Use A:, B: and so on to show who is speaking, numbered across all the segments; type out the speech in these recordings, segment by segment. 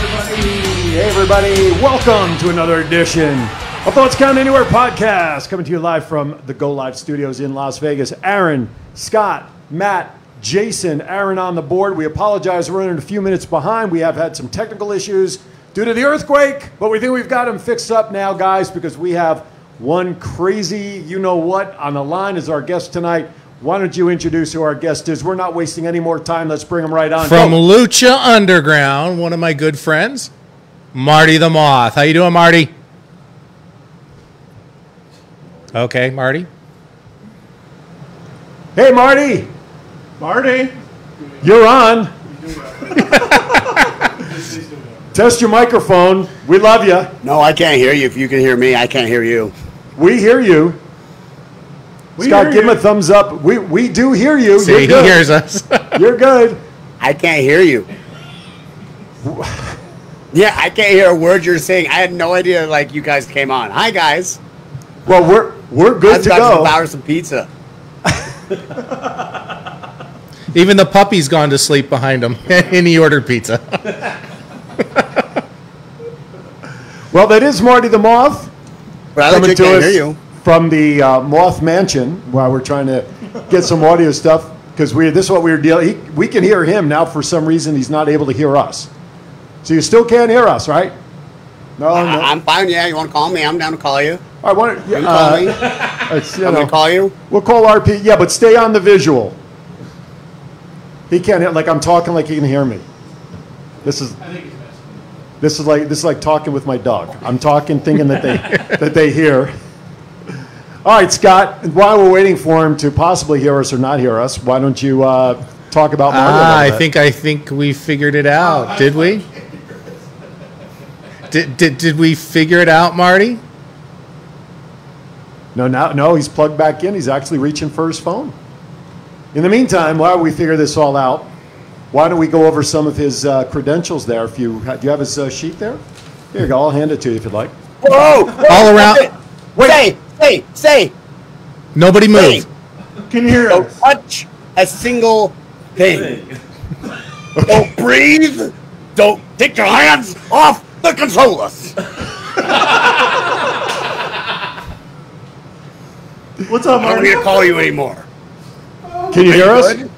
A: Hey, everybody. Welcome to another edition of Thoughts Count Anywhere podcast, coming to you live from the Go Live studios in Las Vegas. Aaron, Scott, Matt, Jason, Aaron on the board. We apologize, we're running a few minutes behind. We have had some technical issues due to the earthquake, but we think we've got them fixed up now, guys, because we have one crazy you know what on the line is our guest tonight. Why don't you introduce who our guest is? We're not wasting any more time. Let's bring him right on.
B: from
C: Oh.
A: Go.
B: Lucha Underground, one of my good friends, Marty the Moth. How you doing, Marty? Okay, Marty.
A: Hey, Marty.
D: Marty.
A: You're on. Test your microphone. We love you.
C: No, I can't hear you. If you can hear me, I can't hear you.
A: We hear you. Scott,
D: hear
A: give
D: you.
A: him a thumbs up. We we do hear you.
B: See, he
A: You're good.
B: hears us.
A: You're good.
C: I can't hear you. Yeah, I can't hear a word you're saying. I had no idea like you guys came on. Hi guys.
A: Well, we're we're
C: I
A: good
C: was
A: to
C: about to
A: go.
C: devour some pizza.
B: Even the puppy's gone to sleep behind him, and he ordered pizza.
A: Well, that is Marty the Moth
C: But I
A: coming
C: legit
A: to us
C: can't hear you.
A: from the uh, Moth Mansion while we're trying to get some audio stuff because we this is what we were dealing. He, we can hear him now. For some reason, he's not able to hear us. So you still can't hear us, right? No, no.
C: I, am fine, yeah. You wanna call me? I'm down to call you.
A: I want
C: You can call me.
A: It's, Uh, you
C: I'm
A: know,
C: gonna call you.
A: we'll call RP. Yeah, but stay on the visual. He can't hear- like I'm talking like he can hear me. This is this is like this is like talking with my dog. I'm talking thinking that they that they hear. All right, Scott. While we're waiting for him to possibly hear us or not hear us, why don't you uh, talk about Marty? a
B: ah, I
A: little bit?
B: think I think we figured it out. Did we? Did, did, did we figure it out, Marty?
A: No, now, no, he's plugged back in. He's actually reaching for his phone. In the meantime, while we figure this all out, why don't we go over some of his uh, credentials there? If you do, you have his uh, sheet there. Here you go. I'll hand it to you if you'd like.
C: Whoa! whoa,
B: All around-
C: stop it. Say, say, say,
B: Nobody
C: say.
B: move.
D: Can you hear
C: Don't
D: us?
C: touch a single thing. Don't breathe. Don't take your hands off the controllers.
D: What's up,
C: I don't
D: Marty?
C: need to call you anymore.
D: Oh,
A: Can you hear us?
C: good?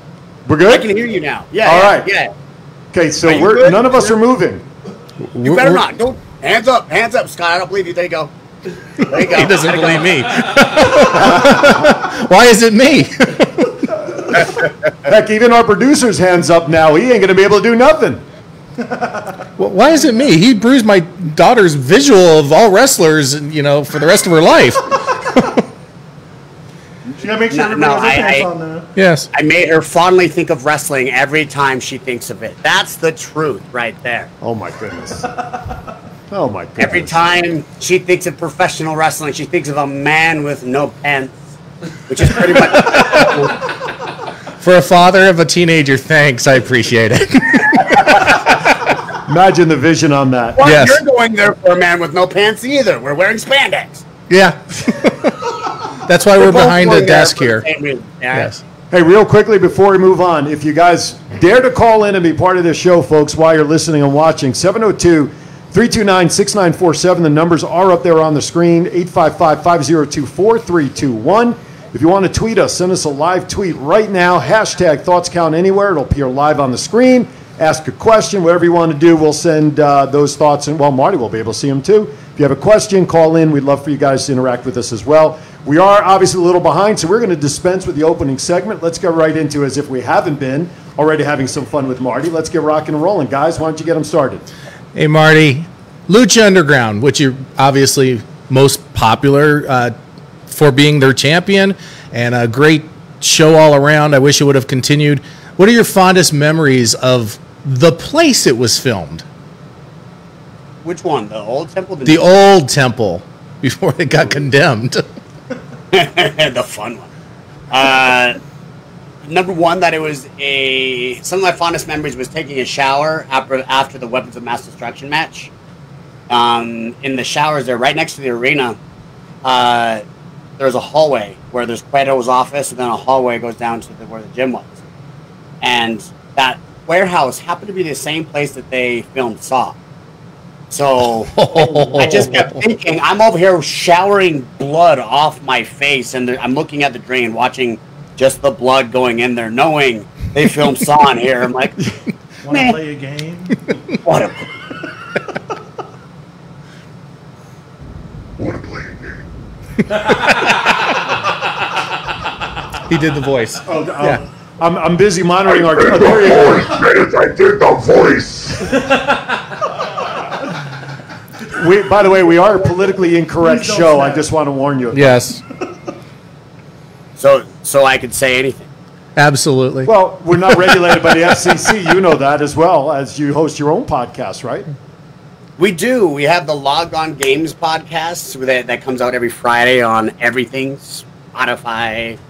A: We're
C: I
A: good.
C: can hear you now. Yeah.
A: All
C: yeah,
A: right.
C: Yeah.
A: Okay, so
C: Are you
A: we're
C: good?
A: none of us are moving.
C: You better not. Don't hands up, hands up, Scott. I don't believe you. There you go. There you go.
B: He doesn't believe me. Why is it me?
A: Heck, even our producer's hands up now. He ain't gonna be able to do nothing.
B: Wh- Why is it me? He bruised my daughter's visual of all wrestlers, you know, for the rest of her life.
D: You gotta make
C: No,
D: sure everybody
C: no,
D: has their
C: I-
D: pants
C: I-
D: on now.
B: Yes.
C: I made her fondly think of wrestling every time she thinks of it. That's the truth right there.
A: Oh my goodness. Oh my goodness.
C: Every time she thinks of professional wrestling, she thinks of a man with no pants, which is pretty much.
B: For a father of a teenager, thanks. I appreciate it.
A: Imagine the vision on that.
C: Well,
B: Yes.
C: You're going there for a man with no pants either. We're wearing spandex.
B: yeah. That's why we're,
C: both
B: behind a
C: going there
B: desk
C: for the
B: here.
C: same reason, yeah?
B: Yes.
A: Hey, real quickly before we move on, if you guys dare to call in and be part of this show, folks, while you're listening and watching, 702 329 6947. The numbers are up there on the screen 855 502 4321. If you want to tweet us, send us a live tweet right now. Hashtag thoughts count anywhere. It'll appear live on the screen. Ask a question, whatever you want to do. We'll send uh, those thoughts, and well, Marty will be able to see them too. If you have a question, call in. We'd love for you guys to interact with us as well. We are obviously a little behind, so we're going to dispense with the opening segment. Let's go right into as if we haven't been already having some fun with Marty. Let's get rocking and rolling, guys. Why don't you get them started?
B: Hey, Marty. Lucha Underground, which you're obviously most popular uh, for being their champion and a great show all around. I wish it would have continued. What are your fondest memories of the place it was filmed?
C: Which one? The old temple?
B: The old temple before it got condemned.
C: the fun one. Uh, number one, that it was a. Some of my fondest memories was taking a shower after after the Weapons of Mass Destruction match. Um, in the showers there, right next to the arena, uh, there's a hallway where there's Cueto's office, and then a hallway goes down to the, where the gym was. And that warehouse happened to be the same place that they filmed Saw. So I just kept thinking, I'm over here showering blood off my face, and there- I'm looking at the drain, watching just the blood going in there, knowing they filmed Saw in here. I'm like,
D: Want to
C: Meh.
D: play a game?
C: what a
B: He did the voice.
D: Oh, oh,
B: Yeah.
A: I'm, I'm busy monitoring
E: I
A: our.
E: did
A: Oh,
E: the
A: there you go.
E: voice, Nate. I did the voice.
A: We, by the way, we are a politically incorrect
D: Please don't
A: show. I
D: snap.
A: just want to warn you.
B: Yes,
C: So, so I could say anything.
B: absolutely.
A: Well, we're not regulated by the FCC. You know that as well as you host your own podcast, right?
C: We do. We have the Log On Games podcast that, that comes out every Friday on everything Spotify,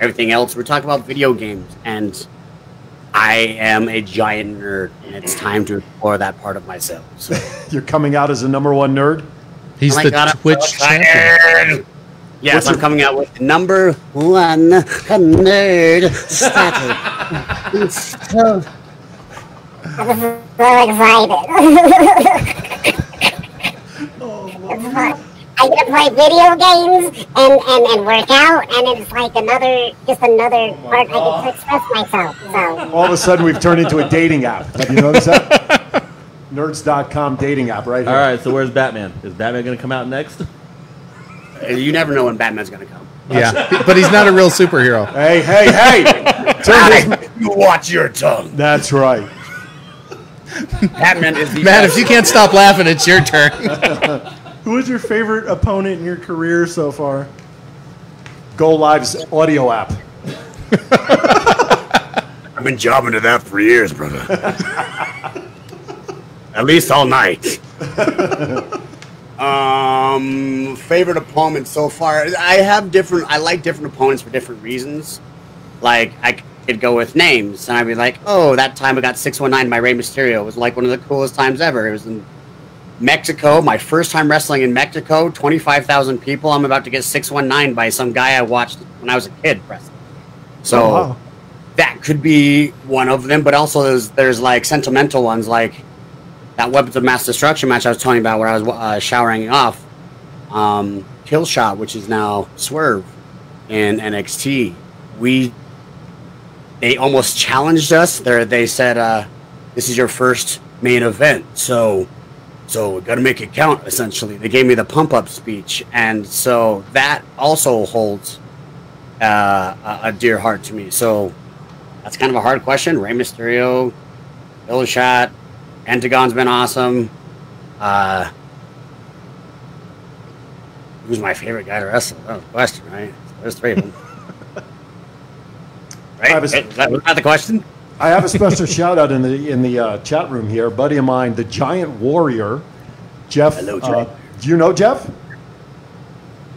C: everything else. We're talking about video games, and I am a giant nerd, and it's time to explore that part of myself. So,
A: You're coming out as the number one nerd.
B: He's
C: Oh my
B: the
C: God, I'm so
B: Twitch
C: excited.
B: champion.
C: Yes,
A: What's
C: I'm
A: your-
C: coming out with the number one nerd status. It's so-
F: Good vibe. I get to play video games and, and, and work out, and it's like another, just another part I get to express myself. So,
A: All of a sudden, we've turned into a dating app. Have you noticed that? Nerds.com dating app, right here.
G: All right, so where's Batman? Is Batman going to come out next?
C: you never know when Batman's gonna come.
B: Yeah, but he's not a real superhero.
A: Hey, hey, hey! Turn this-
C: You watch your tongue.
A: That's right.
C: Batman is the
B: Matt, if you can't stop laughing, it's your turn.
D: Who is your favorite opponent in your career so far?
A: Go Live's audio app.
C: I've been jobbing to that for years, brother. At least all night. um, favorite opponent so far? I have different. I like different opponents for different reasons. Like I could go with names, and I'd be like, "Oh, that time I got six one nine by Rey Mysterio It was like one of the coolest times ever. It was in Mexico, my first time wrestling in Mexico. Twenty five thousand people. I'm about to get six one nine by some guy I watched when I was a kid wrestling. So."
A: Oh, wow.
C: that could be one of them, but also there's, there's like sentimental ones like that weapons of mass destruction match I was telling you about where I was uh, showering off um, Killshot, which is now Swerve in NXT. We they almost challenged us. They they said uh, this is your first main event, so so we got to make it count. Essentially, they gave me the pump up speech, and so that also holds uh, a, a dear heart to me. So that's kind of a hard question. Rey Mysterio, Illushot, Pentagon's been awesome. Uh, who's my favorite guy to wrestle? That was the question, right? There's three of them. right?
A: Travis-
C: Was that, was that the question?
A: I have a special shout out in the in the uh, chat room here. A buddy of mine, the Giant Warrior, Jeff.
C: Hello,
A: uh,
C: Jeff.
A: do you know Jeff?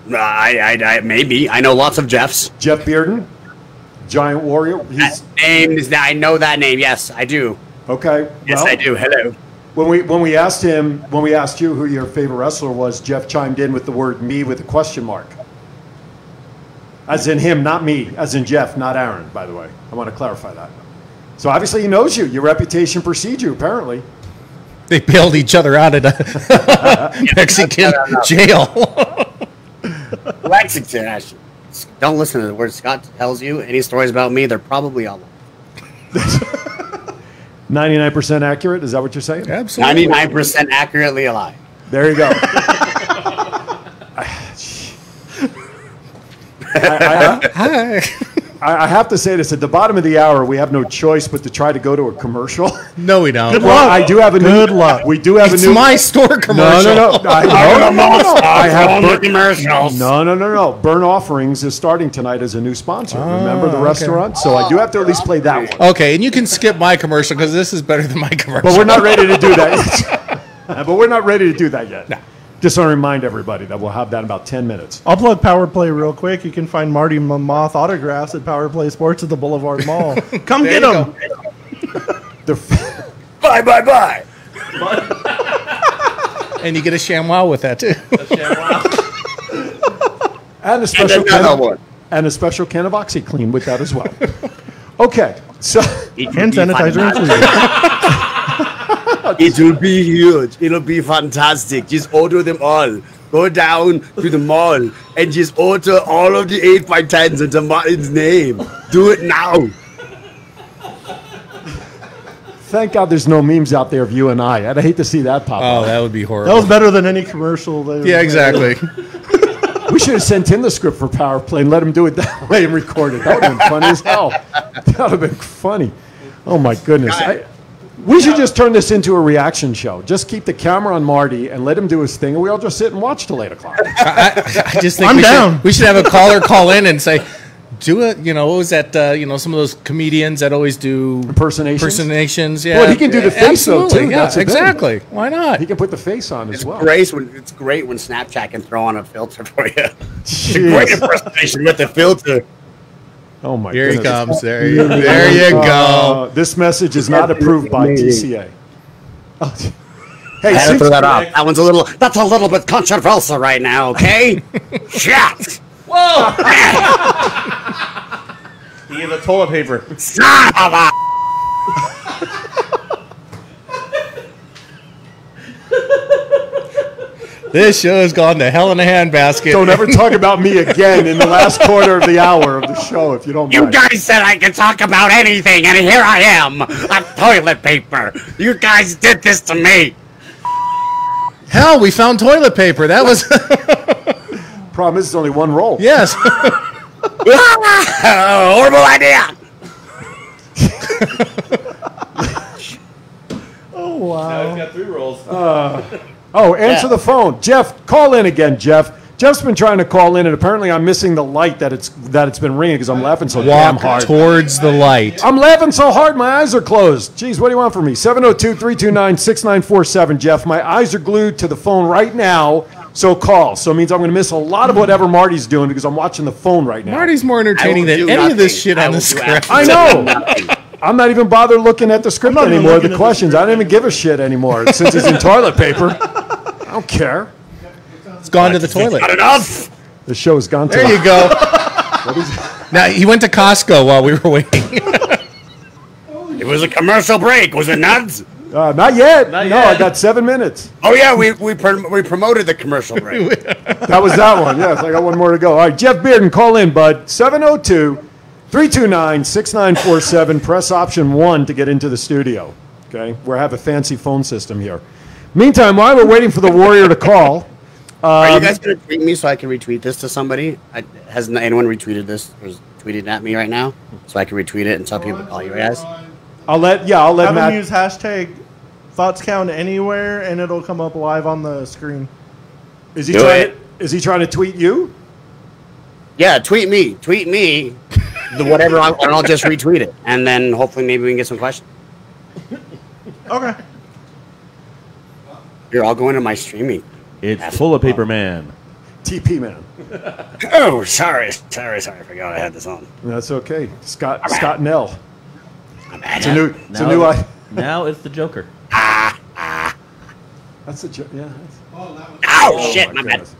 C: Uh, I, I, I, maybe. I know lots of Jeffs.
A: Jeff Bearden, Giant Warrior. He's
C: That name is I know that name. Yes, I do.
A: okay.
C: Yes,
A: well,
C: I do. Hello.
A: When we when we asked him when we asked you who your favorite wrestler was, Jeff chimed in with the word "me" with a question mark. As in him, not me. As in Jeff, not Aaron. By the way, I want to clarify that. So obviously he knows you. Your reputation precedes you, apparently.
B: They bailed each other out at a Mexican jail.
C: Lexington, actually. Don't listen to the words Scott tells you. Any stories about me, they're probably all lies.
A: Ninety-nine percent accurate. Is that what you're saying?
B: Absolutely.
C: 99% accurately a lie.
A: There you go. I,
B: Hi.
A: I, I have to say this at the bottom of the hour, we have no choice but to try to go to a commercial.
B: No, we don't.
A: Well, I do have a new. Good luck. We do have
B: It's
A: a new.
B: my store
A: no,
B: commercial.
A: no, no. I, no, no, no, no. I have. Burn,
C: commercials.
A: no, no, no, no. Burn Offerings is starting tonight as a new sponsor. Remember the
B: okay.
A: restaurant? So I do have to at least play that one.
B: Okay, and you can skip my commercial because this is better than my commercial.
A: But we're not ready to do that. yet. but we're not ready to do that yet. Just want to remind everybody that we'll have that in about 10 minutes.
D: I'll plug Power Play real quick. You can find Marty Moth autographs at Power Play Sports at the Boulevard Mall. Come
B: There
D: get
B: you
D: them.
A: The.
C: Bye, bye, bye.
B: and you get a ShamWow with that too.
A: And a special can
C: another
A: of,
C: one.
A: and a special can of OxyClean with that as well. okay, so
C: Eat your
D: And
C: beef on
D: sanitizer
C: that.
D: included.
H: It will be huge. It'll be fantastic. Just order them all. Go down to the mall and just order all of the 8 by 10s into Martin's name. Do it now.
A: Thank God there's no memes out there of you and I. I'd hate to see that pop
B: Oh,
A: up.
B: that would be
D: That was
B: horrible.
D: better than any commercial. They
B: Yeah, exactly.
C: Oh.
A: We should have sent him the script for Power Play and let him do it that way and record it. That would have been funny as hell. That would have been funny. Oh my goodness. I, we should just turn this into a reaction show. Just keep the camera on Marty and let him do his thing, and we all just sit and watch till eight o'clock.
B: I just think
D: I'm
B: we
D: down.
B: Should, we should have a caller call in and say, do it. You know, what was that? Uh, you know, some of those comedians that always do
A: Impersonations?
B: Impersonations, yeah.
A: Well, he can do the face, though,
B: Absolutely,
A: too.
B: Yeah,
A: That's the thing.
B: exactly. Why not?
A: He can put the face on as
C: It's
A: well.
C: great when it's great when Snapchat can throw on a filter for you.
A: Jeez.
C: Great impersonation with the filter.
A: Oh my
B: Here he
A: goodness.
B: comes. There, you- there you go.
A: Uh, this message is not approved by TCA. Oh, hey,
C: I had to
A: since-
C: throw that off. That one's a little. That's a little bit controversial right now. Okay. Shit.
G: He the toilet paper.
C: Son of a.
B: This show has gone to hell in a handbasket.
A: don't ever talk about me again in the last quarter of the hour of the show, if you don't
C: You
A: mind.
C: guys said I could talk about anything, and here I am. I'm toilet paper. You guys did this to me.
B: hell, we found toilet paper. That was
A: Problem is, there's only one roll.
B: yes.
C: Horrible idea.
G: Now he's got three rolls.
A: Oh, answer
C: Yeah.
A: the phone, Jeff. Call in again, Jeff. Jeff's been trying to call in, and apparently I'm missing the light that it's that it's been ringing because I'm laughing so damn
B: Walk
A: hard.
B: towards the light.
A: I'm laughing so hard my eyes are closed. Jeez, what do you want from me? 702 329 6947, Jeff. My eyes are glued to the phone right now, so call. So it means I'm going to miss a lot of whatever Marty's doing because I'm watching the phone right now.
B: Marty's more entertaining
C: I
B: than
C: will do
B: any of this
C: nothing.
B: shit
C: I
B: on the
C: will do
B: screen.
A: I know. I'm not even bothered looking at the script
D: not even
A: anymore,
D: looking
A: the
D: at the
A: questions. I don't even give a shit anymore since it's in toilet paper. I don't care.
B: It's gone to the toilet.
C: Not enough.
A: The show has gone
B: There
A: to
B: you go. now he went to Costco while we were waiting.
C: It was a commercial break, was it not?
A: uh, not yet.
G: Not
A: no, I
G: yet.
A: got seven minutes.
C: Oh yeah, we we, prom- we promoted the commercial break.
A: That was that one. Yes, I got one more to go. All right, Jeff Bearden, call in, bud. 702 329 6947. Press option one to get into the studio. Okay, we have a fancy phone system here. Meantime, while we're waiting for the Warrior to call,
C: Are you guys gonna tweet me so I can retweet this to somebody? I, has n- anyone retweeted this or is tweeted at me right now so I can retweet it and tell people to call you guys?
A: I'll let, yeah, I'll let
D: Have
A: Matt.
D: them use hashtag thoughts count anywhere, and it'll come up live on the screen.
A: is, he
C: Do
A: trying,
C: it.
A: is he trying to tweet you?
C: Yeah, tweet me, tweet me, the whatever, I, and I'll just retweet it, and then hopefully maybe we can get some questions.
D: Okay.
C: You're all going to my streaming.
G: It's toilet paper man.
A: TP man.
C: Oh, sorry, sorry, sorry, I forgot I had this on.
A: That's okay. Scott Scott Nell.
C: I'm at
A: It's a new. It's a new. I,
G: now it's the Joker.
A: that's a jo- yeah. that's-
C: Oh, shit, my bad.
A: goodness.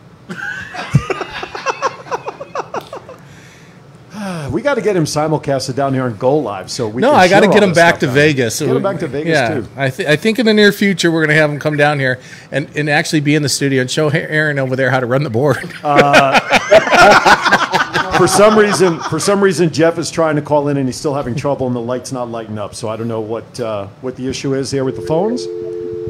A: Ah, we got to get him simulcasted down here on Go Live, so we.
B: No,
A: can
B: I got to
A: share
B: get
A: all
B: him
A: this
B: back
A: stuff
B: to
A: down here.
B: Vegas.
A: Get him back to Vegas too.
B: I, th- I think in the near future we're going to have him come down here and, and actually be in the studio and show Ha- Aaron over there how to run the board.
A: Oh. For some reason, for some reason, Jeff is trying to call in and he's still having trouble, and the light's not lighting up. So I don't know what uh, what the issue is here with the phones.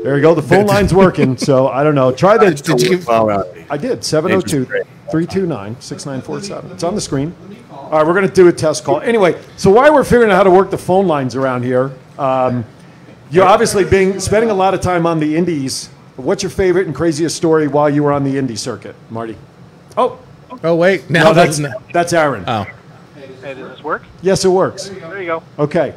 A: There you go. The phone line's working, so I don't know. Try the.
B: Did you?
C: All right.
A: I did. 702 329 6947. It's on the screen. All right, we're going to do a test call. Anyway, so while we're figuring out how to work the phone lines around here, um, you're obviously being spending a lot of time on the indies. What's your favorite and craziest story while you were on the indie circuit, Marty? Oh,
B: Oh wait, now
A: no,
B: that's
A: that's,
B: not.
A: that's Aaron.
B: Oh,
I: Hey, does this work?
A: Yes, it works.
I: There you go.
A: Okay.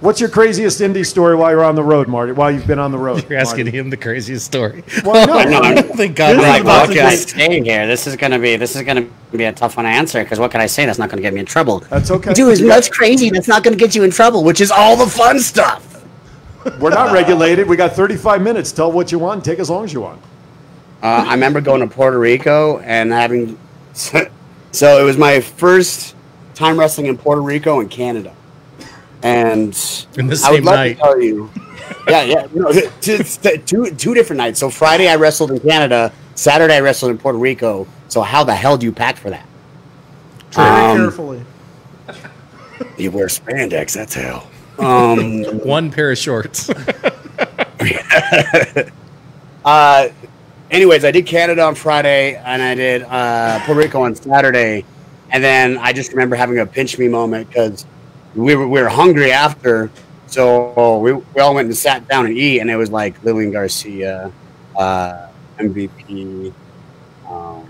A: What's your craziest indie story while you're on the road, Marty? While you've been on the road?
B: you're asking
A: Marty?
B: him the craziest story. Oh,
A: Well, no,
B: I don't think God
C: I'm
B: like
C: like, what
B: that.
C: can I say here? This is gonna be this is gonna be a tough one to answer because what can I say that's not gonna get me in trouble?
A: That's okay.
C: Do as much crazy that's not gonna get you in trouble, which is all the fun stuff.
A: We're not regulated. We got 35 minutes. Tell what you want. Take as long as you want.
C: Uh, I remember going to Puerto Rico and having so it was my first time wrestling in Puerto Rico and Canada, and
B: In the
C: I
B: same
C: would love
B: night.
C: to tell you yeah, yeah. No, t- t- two, two different nights. So Friday I wrestled in Canada. Saturday I wrestled in Puerto Rico. So how the hell do you pack for that?
D: Very
C: Um,
D: carefully.
C: You wear spandex. That's how. Um,
B: One pair of shorts.
C: uh, anyways, I did Canada on Friday and I did uh, Puerto Rico on Saturday, and then I just remember having a pinch me moment because we were, we were hungry after, so we, we all went and sat down and eat, and it was like Lillian Garcia, uh, MVP. Um,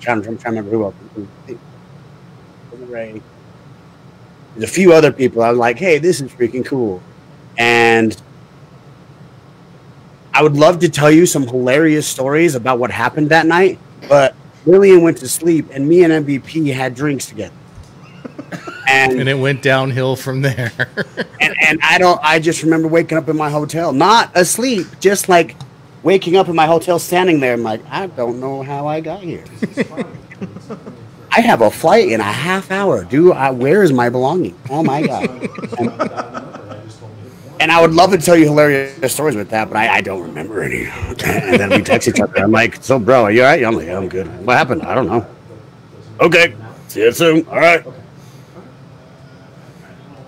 C: trying, trying, trying to remember who else. who- who- Ray. There's a few other people. I was like, hey, this is freaking cool. And I would love to tell you some hilarious stories about what happened that night, but Lillian went to sleep and me and MVP had drinks together. And
B: and it went downhill from there.
C: and, and I don't I just remember waking up in my hotel, not asleep, just like waking up in my hotel standing there. I'm like, I don't know how I got here. I have a flight in a half hour. Do I where is my belonging? Oh my god. And, and I would love to tell you hilarious stories with that, but I, I don't remember any. And then we text each other. I'm like, so bro, are you all right? I'm like, I'm good. What happened? I don't know. Okay. See you soon. All right.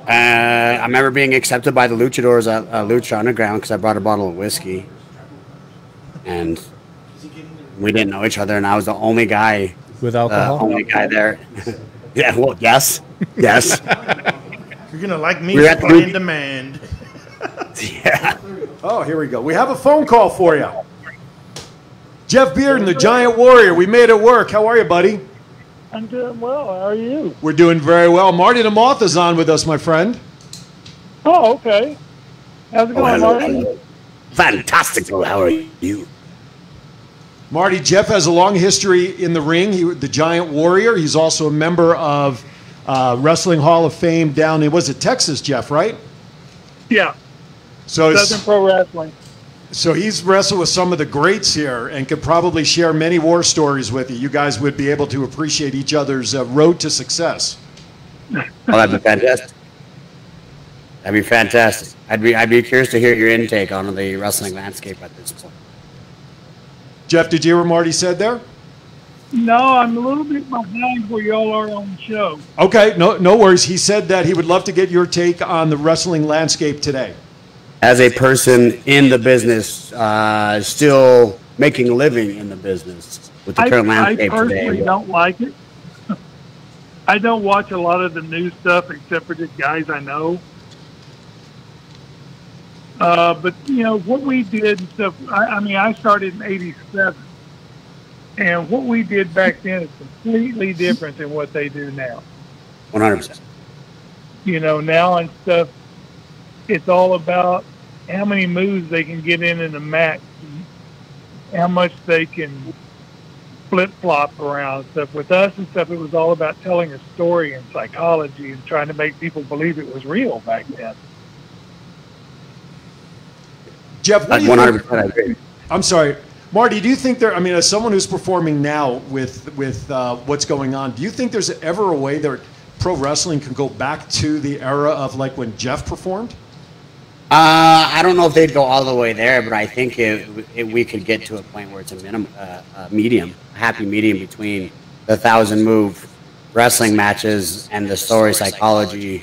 C: Uh, I remember being accepted by the luchadors at uh, Lucha Underground because I brought a bottle of whiskey, and we didn't know each other, and I was the only guy,
B: With
C: uh,
B: alcohol.
C: only guy there. yeah, well, yes, yes,
D: You're gonna like me.
C: We're at the
D: supply and
C: movie.
D: demand.
C: yeah.
A: Oh, here we go. We have a phone call for you. Jeff Bearden, the Giant Warrior. We made it work. How are you, buddy?
I: I'm doing well. How are you?
A: We're doing very well. Marty DeMoth is on with us, my friend.
I: Oh, okay. How's it
C: Oh,
I: going,
C: hello,
I: Martin?
C: hello. Fantastical. How are you?
A: Marty, Jeff has a long history in the ring. He, the Giant Warrior. He's also a member of uh, Wrestling Hall of Fame down in was it Texas, Jeff? Right.
I: Yeah,
A: So
I: Southern Pro Wrestling.
A: So he's wrestled with some of the greats here and could probably share many war stories with you. You guys would be able to appreciate each other's uh, road to success.
C: Oh, that'd be fantastic. That'd be fantastic. I'd be I'd be curious to hear your intake on the wrestling landscape at this point.
A: Jeff, did you hear what Marty said there?
I: No, I'm a little bit behind where y'all are on the show.
A: Okay, no, no worries. He said that he would love to get your take on the wrestling landscape today.
C: as a person in the business, uh, still making a living in the business with the
I: I,
C: current
I: I
C: landscape
I: personally
C: today.
I: don't like it. I don't watch a lot of the new stuff except for the guys I know. Uh, but you know what we did and stuff. I, I mean, I started in '87, and what we did back then is completely different than what they do now.
C: One hundred percent.
I: you know, now and stuff, it's all about how many moves they can get in in a match, and how much they can flip flop around and stuff. With us and stuff, it was all about telling a story and psychology and trying to make people believe it was real back then.
A: Jeff, what do you
C: One hundred
A: think,
C: percent. I agree.
A: I'm sorry, Marty. Do you think there? I mean, as someone who's performing now with with uh, what's going on, do you think there's ever a way that pro wrestling can go back to the era of like when Jeff performed?
C: Uh, I don't know if they'd go all the way there, but I think it, it, we could get to a point where it's a minimum, uh, a medium, a happy medium between the thousand move wrestling matches and the story psychology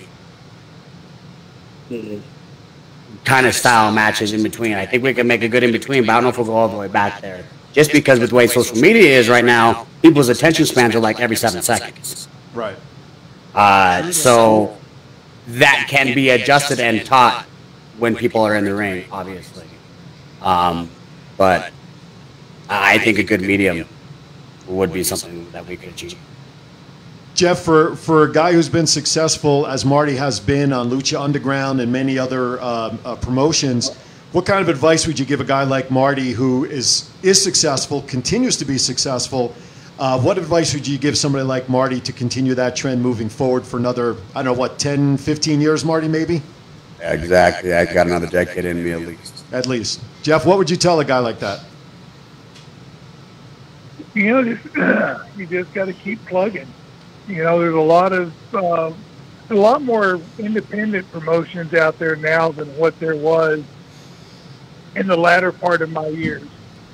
C: kind of style matches in between. I think we can make a good in between, but I don't know if we'll go all the way back there. Just because with the way social media is right now, people's attention spans are like every seven seconds.
A: Right.
C: Uh, so that can be adjusted and taught when people are in the ring, obviously. Um, but I think a good medium would be something that we could achieve.
A: Jeff, for, for a guy who's been successful as Marty has been on Lucha Underground and many other um, uh, promotions, what kind of advice would you give a guy like Marty who is is successful, continues to be successful? Uh, what advice would you give somebody like Marty to continue that trend moving forward for another, I don't know, what, 10, 15 years, Marty, maybe?
H: Exactly. I got another decade in me at least.
A: At least. Jeff, what would you tell a guy like that?
I: you know, just, you just got to keep plugging. You know, there's a lot of uh, a lot more independent promotions out there now than what there was in the latter part of my years.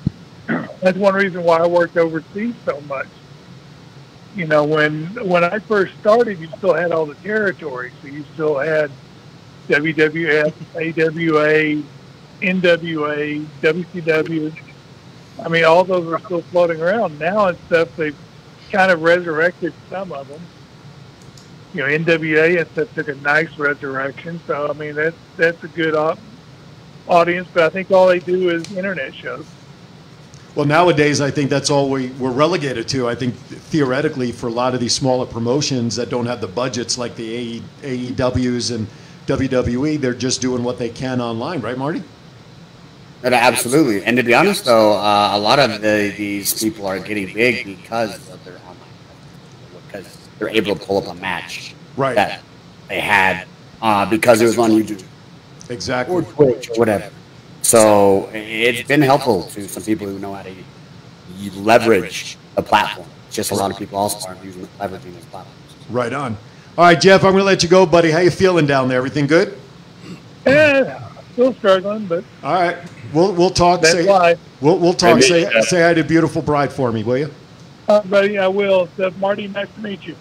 I: That's one reason why I worked overseas so much. You know, when when I first started, you still had all the territories. So you still had WWF, AWA, NWA, WCW. I mean, all those are still floating around now and stuff. They've kind of resurrected some of them. You know, NWA and stuff took a nice resurrection. So I mean, that's that's a good op- audience. But I think all they do is internet shows.
A: Well, nowadays, I think that's all we, we're relegated to. I think theoretically, for a lot of these smaller promotions that don't have the budgets like the E, AE, AEWs and WWE, they're just doing what they can online, right, Marty?
C: No, no, absolutely. And to be honest, though, uh, a lot of the, these people are getting big because of their online, because they're able to pull up a match
A: Right.
C: that they had uh, because it was on YouTube
A: Exactly.
C: or Twitch or whatever. So it's been helpful to some people who know how to leverage the platform. It's Just a lot of people also aren't using leveraging those platforms.
A: Right on. All right, Jeff, I'm going to let you go, buddy. How you feeling down there? Everything good?
I: Yeah, still struggling, but
A: All right. We'll we'll talk.
I: That's
A: say,
I: why.
A: We'll we'll talk.
H: Maybe,
A: Say
H: yeah.
A: say hi to beautiful bride for me, will you?
I: uh, buddy, I will. So, Marty, nice to meet you.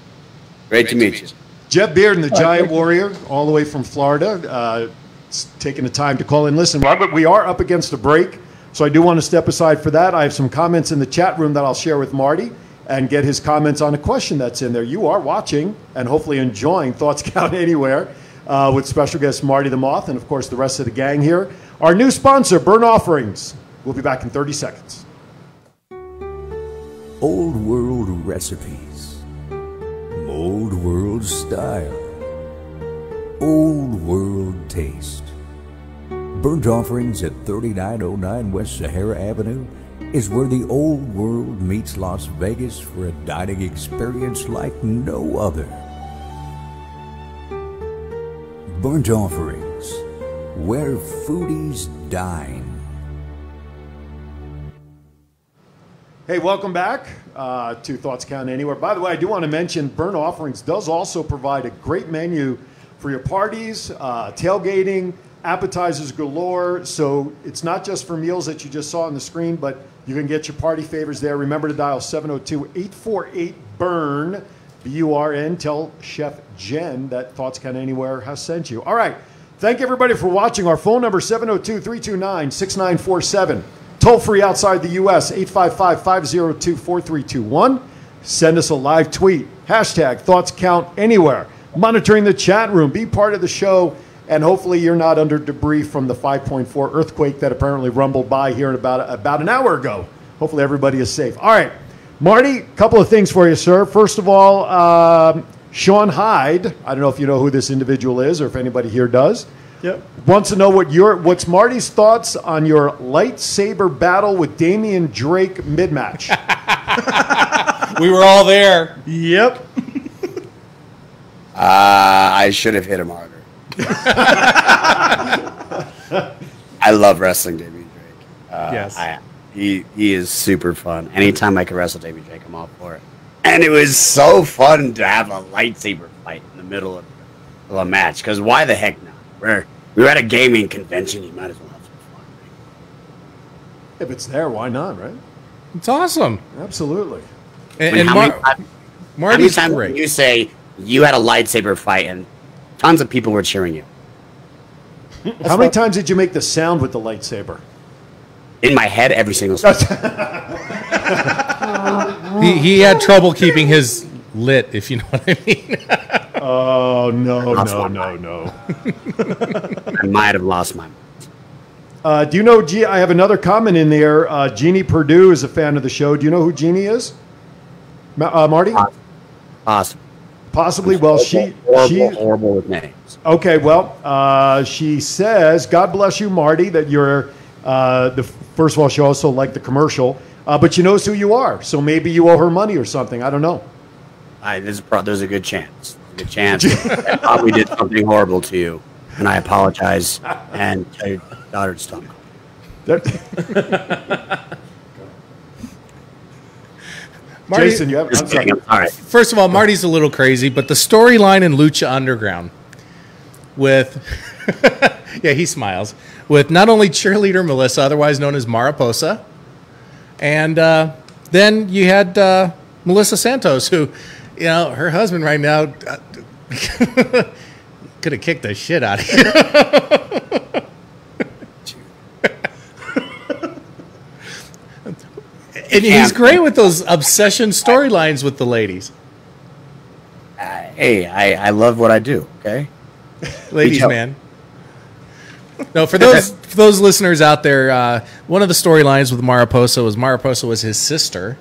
C: Great, to meet you.
A: Jeff Beard and the
I: right,
A: Giant
I: thank you.
A: Warrior, all the way from Florida, uh, s- taking the time to call in. Listen, Robert, we are up against a break, so I do want to step aside for that. I have some comments in the chat room that I'll share with Marty and get his comments on a question that's in there. You are watching and hopefully enjoying Thoughts Count Anywhere uh, with special guest Marty the Moth and, of course, the rest of the gang here. Our new sponsor, Burn Offerings. We'll be back in 30 seconds.
J: Old world recipes, old world style, old world taste. Burnt Offerings at 3909 West Sahara Avenue is where the old world meets Las Vegas for a dining experience like no other. Burnt Offerings, where foodies dine.
A: Hey, welcome back uh, to Thoughts Count Anywhere. By the way, I do want to mention Burn Offerings does also provide a great menu for your parties, uh, tailgating, appetizers galore. So it's not just for meals that you just saw on the screen, but you can get your party favors there. Remember to dial 702 848 Burn, B U R N. Tell Chef Jen that Thoughts Count Anywhere has sent you. All right. Thank everybody for watching. Our phone number 702 329 6947. Toll free outside the U.S. 855 502 4321. Send us a live tweet. Hashtag thoughts count anywhere. Monitoring the chat room. Be part of the show. And hopefully, you're not under debris from the 5.4 earthquake that apparently rumbled by here in about, about an hour ago. Hopefully, everybody is safe. All right. Marty, couple of things for you, sir. First of all, um, Sean Hyde. I don't know if you know who this individual is or if anybody here does
D: Yep.
A: wants to know what your what's Marty's thoughts on your lightsaber battle with Damian Drake mid match.
B: We were all there.
D: Yep.
C: Uh, I should have hit him harder. I love wrestling Davey Drake. Uh,
D: Yes.
C: I, he, he is super fun. Anytime I can wrestle Davey Drake, I'm all for it. And it was so fun to have a lightsaber fight in the middle of, of a match because why the heck not? We're, we were at a gaming convention. You might as well have some fun. right?
A: if it's there, why not? Right?
B: It's awesome.
A: Absolutely.
C: I
B: And,
C: mean,
B: and
C: how,
B: Mar-
C: many, times- how many
B: Marty's
C: times
B: great.
C: can you say you had a lightsaber fight and tons of people were cheering you?
A: How many times did you make the sound with the lightsaber?
C: In my head, every single time.
A: Oh,
B: He, he had trouble keeping his lit, if you know what I mean.
A: Oh no,
C: That's
A: no,
C: one.
A: no, no.
C: I might have lost my mind.
A: Uh, do you know? G- I have another comment in there. Uh, Jeannie Purdue is a fan of the show. Do you know who Jeannie is? Ma- uh, Marty,
C: Awesome.
A: possibly. Well, she
C: horrible,
A: she
C: horrible with names.
A: Okay, well, uh, she says, God bless you, Marty, that you're uh, the first of all, she also liked the commercial, uh, but she knows who you are. So maybe you owe her money or something. I don't know.
C: I, there's, a pro- there's a good chance. There's a good chance. I probably did something horrible to you, and I apologize. And tell your daughter to stop.
A: That-
B: Marty-
A: Jason, you have. I'm sorry.
B: First of all, Marty's a little crazy, but the storyline in Lucha Underground with yeah, he smiles with not only cheerleader Melissa, otherwise known as Mariposa, and uh, then you had uh, Melissa Santos, who you know her husband right now uh, could have kicked the shit out of you. And he's great with those obsession storylines with the ladies.
C: Hey, I, I love what I do. Okay.
B: Ladies,
C: Reach out.
B: man. No, for those for those listeners out there, uh, one of the storylines with Mariposa was Mariposa was his sister,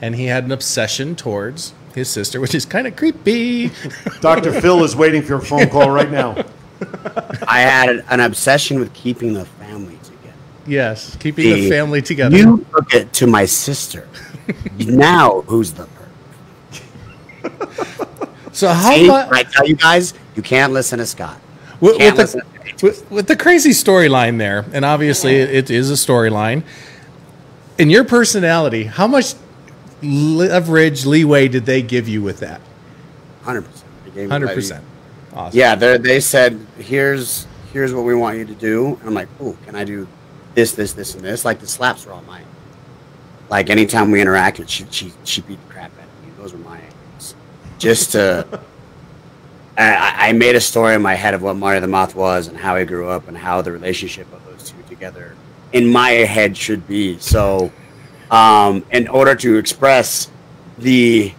B: and he had an obsession towards his sister, which is kind of creepy.
A: Dr. Phil is waiting for a phone call right now.
C: I had an obsession with keeping the family
B: Yes, keeping the family together.
C: You took it to my sister. now who's the
B: So how
C: See,
B: about-
C: I tell you guys, you can't listen to Scott. You
B: with,
C: can't
B: with
C: listen
B: the, with, with the crazy storyline there, and obviously it is a storyline. In your personality, how much leverage leeway did they give you with that?
C: hundred percent.
B: Hundred percent. Awesome.
C: Yeah, they they said here's here's what we want you to do. And I'm like, oh, can I do this, this, this, and this? Like the slaps were all mine. Like anytime we interacted, she she she beat the crap out of me. Those were my angles. Just to. I- I, I made a story in my head of what Mario the Moth was and how he grew up and how the relationship of those two together in my head should be. So, um, in order to express the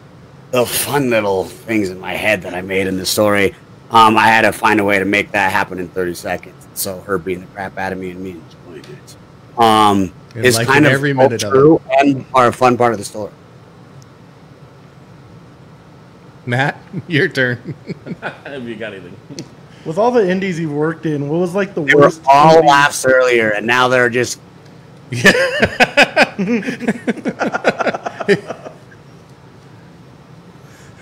C: the fun little things in my head that I made in the story, um, I had to find a way to make that happen in 30 seconds. So her beating the crap out of me and me enjoying it um,
B: And
C: is
B: liking
C: kind of
B: every
C: every
B: minute of it.
C: true and are a fun part of the story.
B: Matt, your turn.
G: Have you got anything?
D: With all the indies he worked in, what was like the
C: They were
D: worst?
C: all laughs earlier, and now they're just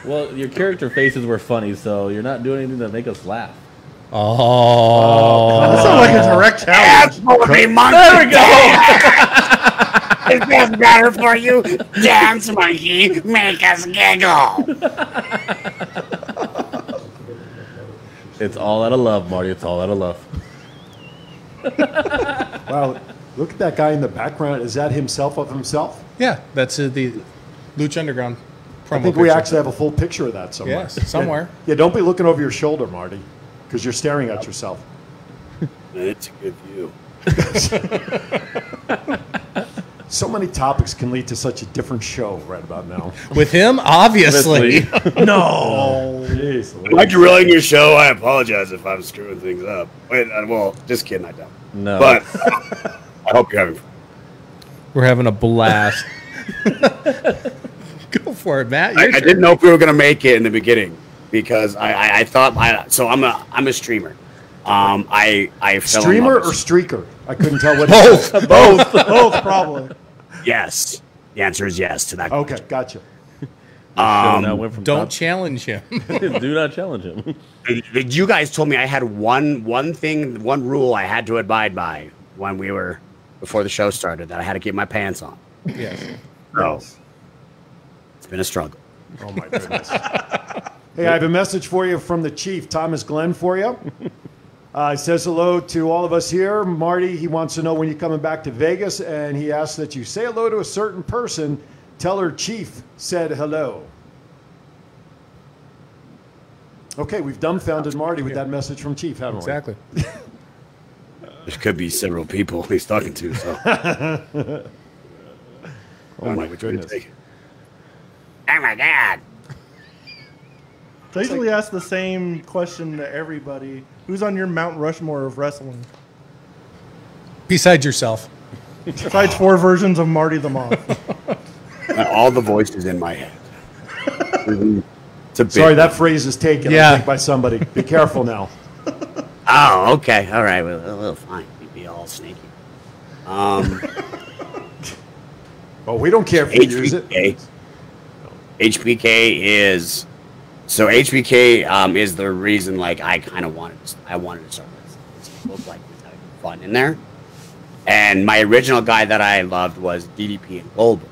G: Well, your character faces were funny, so you're not doing anything to make us laugh.
B: Oh,
D: That sounds
A: Uh,
D: like a direct challenge.
G: Absolutely,
C: monkey.
G: There we go.
K: Is this better for you? Dance, monkey, make us giggle.
G: It's all out of love, Marty. It's all out of love.
A: Wow, look at that guy in the background. Is that himself of himself?
B: Yeah, that's uh, the Lucha Underground promo.
A: I think we
B: picture.
A: actually have a full picture of that somewhere.
B: Yes, somewhere.
A: Yeah, don't be looking over your shoulder, Marty, because you're staring at yourself.
C: It's a good view.
A: So many topics can lead to such a different show right about now.
B: with him, obviously.
A: no.
C: Am I derailing your show? I apologize if I'm screwing things up. Wait, uh, well, just kidding, I don't.
G: No.
C: But uh, I hope you're having fun.
B: We're having a blast. Go for it, Matt.
C: I, I didn't know if we were gonna make it in the beginning because I, I, I thought I, so. I'm a I'm a streamer. Um, I I fell in
A: Streamer
C: love
A: or
C: with-
A: streaker? I couldn't tell what.
B: Both.
A: Both.
D: Both probably.
C: yes. The answer is yes to that.
A: Okay, gotcha.
C: Um,
G: Now went from
B: Don't challenge him.
G: top- do not challenge him.
C: you guys told me I had one one thing, one rule I had to abide by when we were before the show started that I had to keep my pants on.
B: yes.
C: So it's been a struggle.
A: Oh my goodness. hey, I have a message for you from the chief, Thomas Glenn, for you. Uh, he says hello to all of us here. Marty, he wants to know when you're coming back to Vegas, and he asks that you say hello to a certain person. Tell her Chief said hello. Okay, we've dumbfounded Marty with that message from Chief, haven't
B: Exactly.
C: There could be several people he's talking to. So
A: we? Exactly. oh my goodness.
K: Oh my god.
D: They usually ask the same question to everybody. Who's on your Mount Rushmore of wrestling?
B: Besides yourself.
D: Besides four versions of Marty the Moth.
C: all the voices in my head. It's a big
A: Sorry, that phrase is taken I
B: Yeah.
A: think, by somebody. Be careful now.
C: Oh, okay. All right. Well, well, well, fine. We'd be all sneaky. Um,
A: Well, we don't care if you use it.
C: HBK. HBK is so HBK um, is the reason. Like I kind of wanted, to, I wanted to start this. It's look like it's having fun in there. And my original guy that I loved was DDP and Goldberg,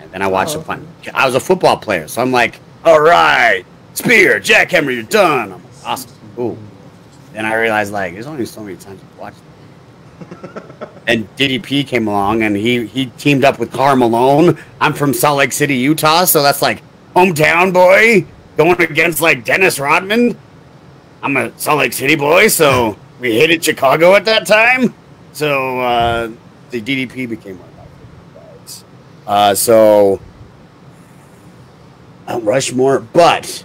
C: and Then I watched the fun. I was a football player, so I'm like, all right, spear, jackhammer, you're done. I'm like, awesome, cool. Then I realized like there's only so many times you watch. it. and DDP came along, and he he teamed up with Carl Malone. I'm from Salt Lake City, Utah, so that's like hometown boy going against like Dennis Rodman. I'm a Salt Lake City boy, so we hated Chicago at that time. So uh, the DDP became one of my favorite guys. Uh, so Mount Rushmore, but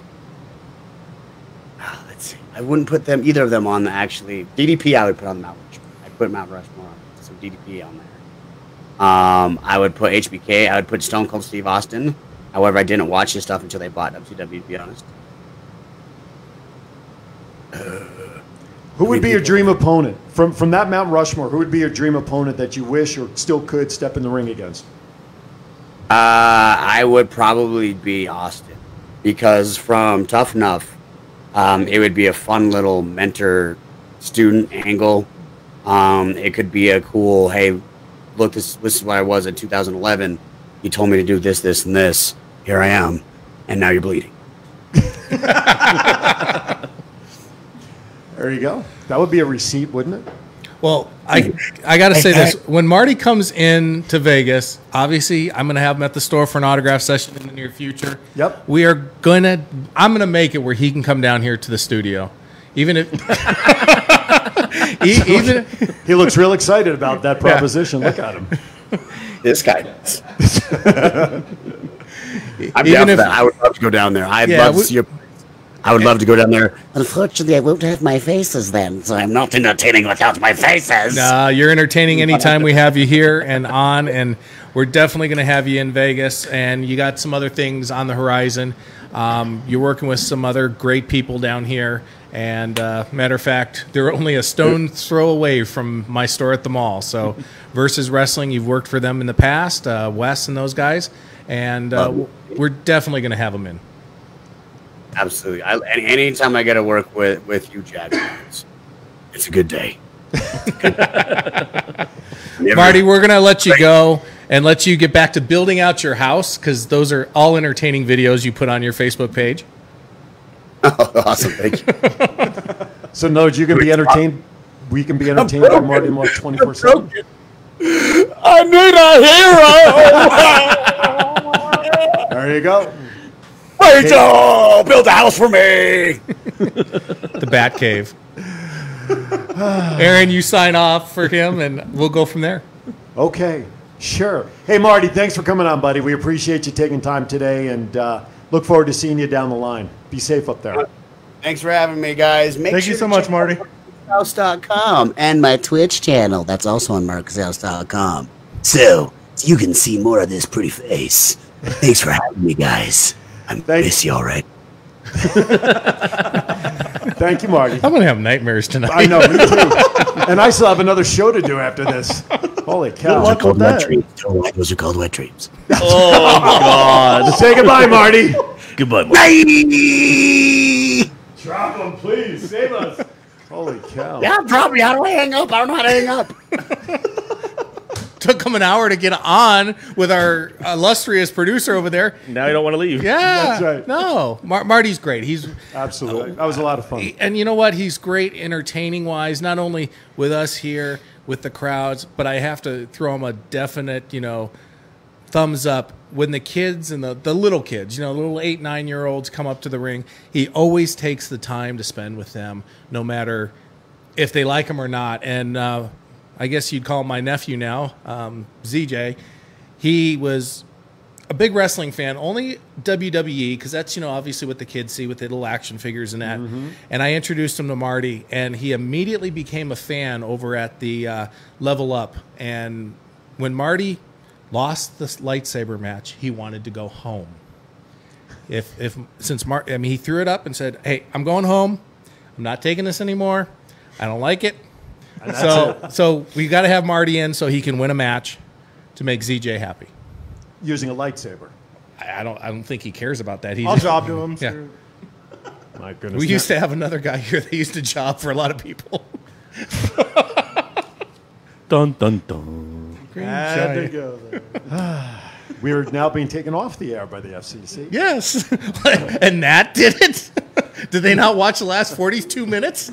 C: ah, let's see. I wouldn't put them either of them on the actually DDP. I would put on Mount Rushmore. I put Mount Rushmore on some DDP on there. Um, I would put HBK. I would put Stone Cold Steve Austin. However, I didn't watch his stuff until they bought WCW. To be honest,
A: Who would be your dream opponent from from that Mount Rushmore? Who would be your dream opponent that you wish or still could step in the ring against?
C: uh, I would probably be Austin because from Tough Enough, um, it would be a fun little mentor student angle. Um, it could be a cool, hey, look, this this is what I was in 2011. You told me to do this, this, and this. Here I am, and now you're bleeding.
A: There you go. That would be a receipt, wouldn't it?
B: Well, I I gotta say this: when Marty comes in to Vegas, obviously I'm gonna have him at the store for an autograph session in the near future. Yep. We are gonna. I'm gonna make it where he can come down here to the studio, even if. E- even
A: he looks real excited about that proposition. Look at him.
C: This guy. does. I'm
A: Even
C: down for
A: if-
C: that. I would love to go down there. I'd
A: Yeah,
C: love
A: we-
C: to see. A, I would love to go down there.
J: Unfortunately, I won't have my faces then, so I'm not entertaining without my faces.
B: Nah, Uh, you're entertaining anytime we have you here and on, and we're definitely going to have you in Vegas. And you got some other things on the horizon. Um, you're working with some other great people down here. And uh, matter of fact, they're only a stone throw away from my store at the mall. So, versus wrestling, you've worked for them in the past, uh, Wes and those guys, and uh, w- we're definitely going to have them in.
C: Absolutely. I, any, anytime I get to work with with you, Jack, it's, it's a good day.
B: Marty, we're going to let you go and let you get back to building out your house because those are all entertaining videos you put on your Facebook page.
C: awesome. Thank you.
A: So, no, you can be entertained. We can be entertained by Marty Mark 24 7.
J: I need a hero!
A: There you go.
J: oh,
C: Rachel, build a house for me.
B: the Bat Cave. Aaron, you sign off for him, and we'll go from there.
A: Okay, sure. Hey, Marty, thanks for coming on, buddy. We appreciate you taking time today and uh, look forward to seeing you down the line. Be safe up there.
C: Thanks for having me, guys. Make
D: Thank
C: sure
D: you so much, Marty.
C: House.com
J: and my Twitch channel. That's also on marcushouse.com. So you can see more of this pretty face. Thanks for having me, guys. I'm busy, all right.
A: Thank you, Marty.
B: I'm gonna have nightmares tonight.
A: I know, me too. and I still have another show to do after this. Holy cow.
J: Those are called wet dreams. Don't lie, Those are called wet dreams.
A: Oh,
J: God.
A: Say goodbye, Marty.
J: Goodbye, Marty.
A: Drop him, please. Save us. Holy cow.
J: Yeah, drop me. How do I hang up? I don't know how to hang up.
B: Took him an hour to get on with our illustrious producer over there.
G: Now you don't want to leave.
B: Yeah,
A: That's right.
B: No, Mar- Marty's great. He's
A: Absolutely. That was a lot of fun.
B: and you know what? He's great entertaining wise, not only with us here with the crowds, but I have to throw him a definite, you know, thumbs up when the kids and the, the little kids, you know, little eight, nine year olds come up to the ring. He always takes the time to spend with them, no matter if they like him or not. And uh, I guess you'd call my nephew now, um, ZJ. He was a big wrestling fan, only WWE, because that's, you know, obviously what the kids see with the little action figures and that.
A: Mm-hmm.
B: And I introduced him to Marty, and he immediately became a fan over at the uh, Level Up. And when Marty lost the lightsaber match, he wanted to go home. If, if since Marty, I mean, he threw it up and said, "Hey, I'm going home. I'm not taking this anymore. I don't like it."
A: And
B: So,
A: that's
B: so we got to have Marty in so he can win a match to make ZJ happy.
A: Using a lightsaber.
B: I I don't. I don't think he cares about that. He
D: I'll
B: just-
D: job to him.
B: Yeah.
D: screw-
A: My goodness.
B: We used to have another guy here that used to job for a lot of people.
G: Dun dun dun.
B: Green
A: Ah,
D: Had to
B: Giant.
D: go there.
A: We are now being taken off the air by the FCC.
B: Yes. and that did it. did they not watch the last 42 minutes?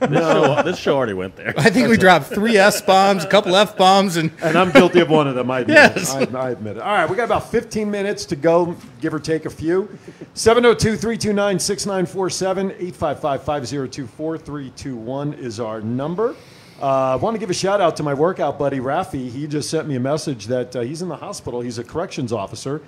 G: This, show, this show already went there.
B: I think we dropped three S bombs, a couple F bombs, and
A: and I'm guilty of one of them. I admit
B: Yes.
A: it. I, I admit it. All right, we got about 15 minutes to go, give or take a few. 702 329 6947 855 502 4321 is our number. Uh, I want to give a shout out to my workout buddy, Rafi. He just sent me a message that uh, he's in the hospital. He's a corrections officer,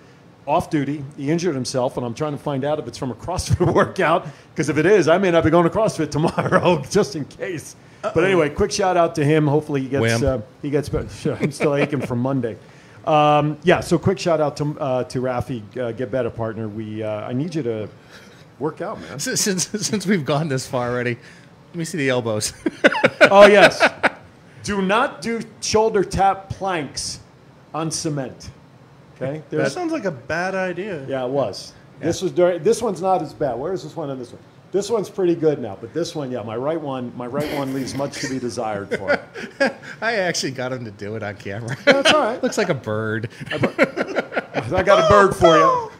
A: off duty. He injured himself, and I'm trying to find out if it's from a CrossFit workout, because if it is, I may not be going to CrossFit tomorrow, just in case. But anyway, quick shout out to him. Hopefully, he gets
B: Wham.
A: uh, he gets better. I'm still aching from Monday. Um, yeah, so quick shout out to uh, to Rafi, uh, get better partner. We uh, I need you to work out, man.
B: since, since, since we've gone this far already, let me see the elbows.
A: Oh yes, do not do shoulder tap planks on cement. Okay,
D: That
A: There's-
D: sounds like a bad idea.
A: yeah, it was. This was during. This one's not as bad. Where is this one on this one? This one's pretty good now, but this one, yeah, my right one, my right one leaves much to be desired for. it.
B: I actually got him to do it on camera.
A: That's all right.
B: Looks like a bird.
A: I got a bird for you.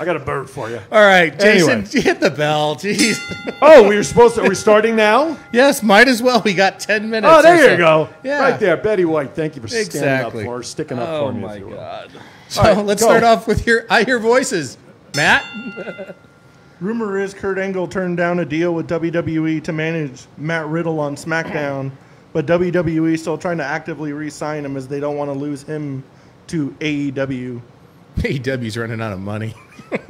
A: I got a bird for you.
B: All right, Jason,
A: Anyway.
B: hit the bell. Jeez.
A: Oh, we were supposed to. Are we starting now?
B: yes, might as well. We got 10 minutes.
A: Oh,
B: or
A: there you
B: so.
A: go.
B: Yeah.
A: Right there. Betty White, thank you for standing up
B: Exactly.
A: for her, sticking up
B: Oh,
A: for me.
B: my
A: if you will.
B: God. So
A: All right,
B: let's
A: go.
B: start off with your I Hear Voices. Matt?
D: Rumor is Kurt Angle turned down a deal with WWE to manage Matt Riddle on SmackDown, but WWE still trying to actively re-sign him as they don't want to lose him to E AEW.
B: AEW's E running out of money.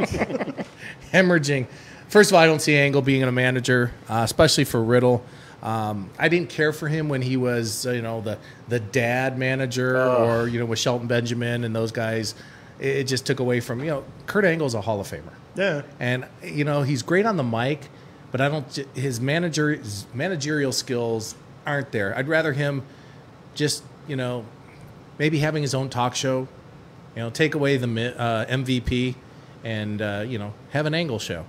B: Hemorrhaging. First of all, I don't see Angle being a manager, uh, especially for Riddle. Um, I didn't care for him when he was, uh, you know, the the dad manager or you know with Shelton Benjamin and those guys. It, it just took away from you know Kurt Angle's a Hall of Famer,
D: Yeah,
B: and you know he's great on the mic, but I don't. His manager his managerial skills aren't there. I'd rather him just you know maybe having his own talk show you know, take away the mi- uh, MVP and uh, you know have an angle show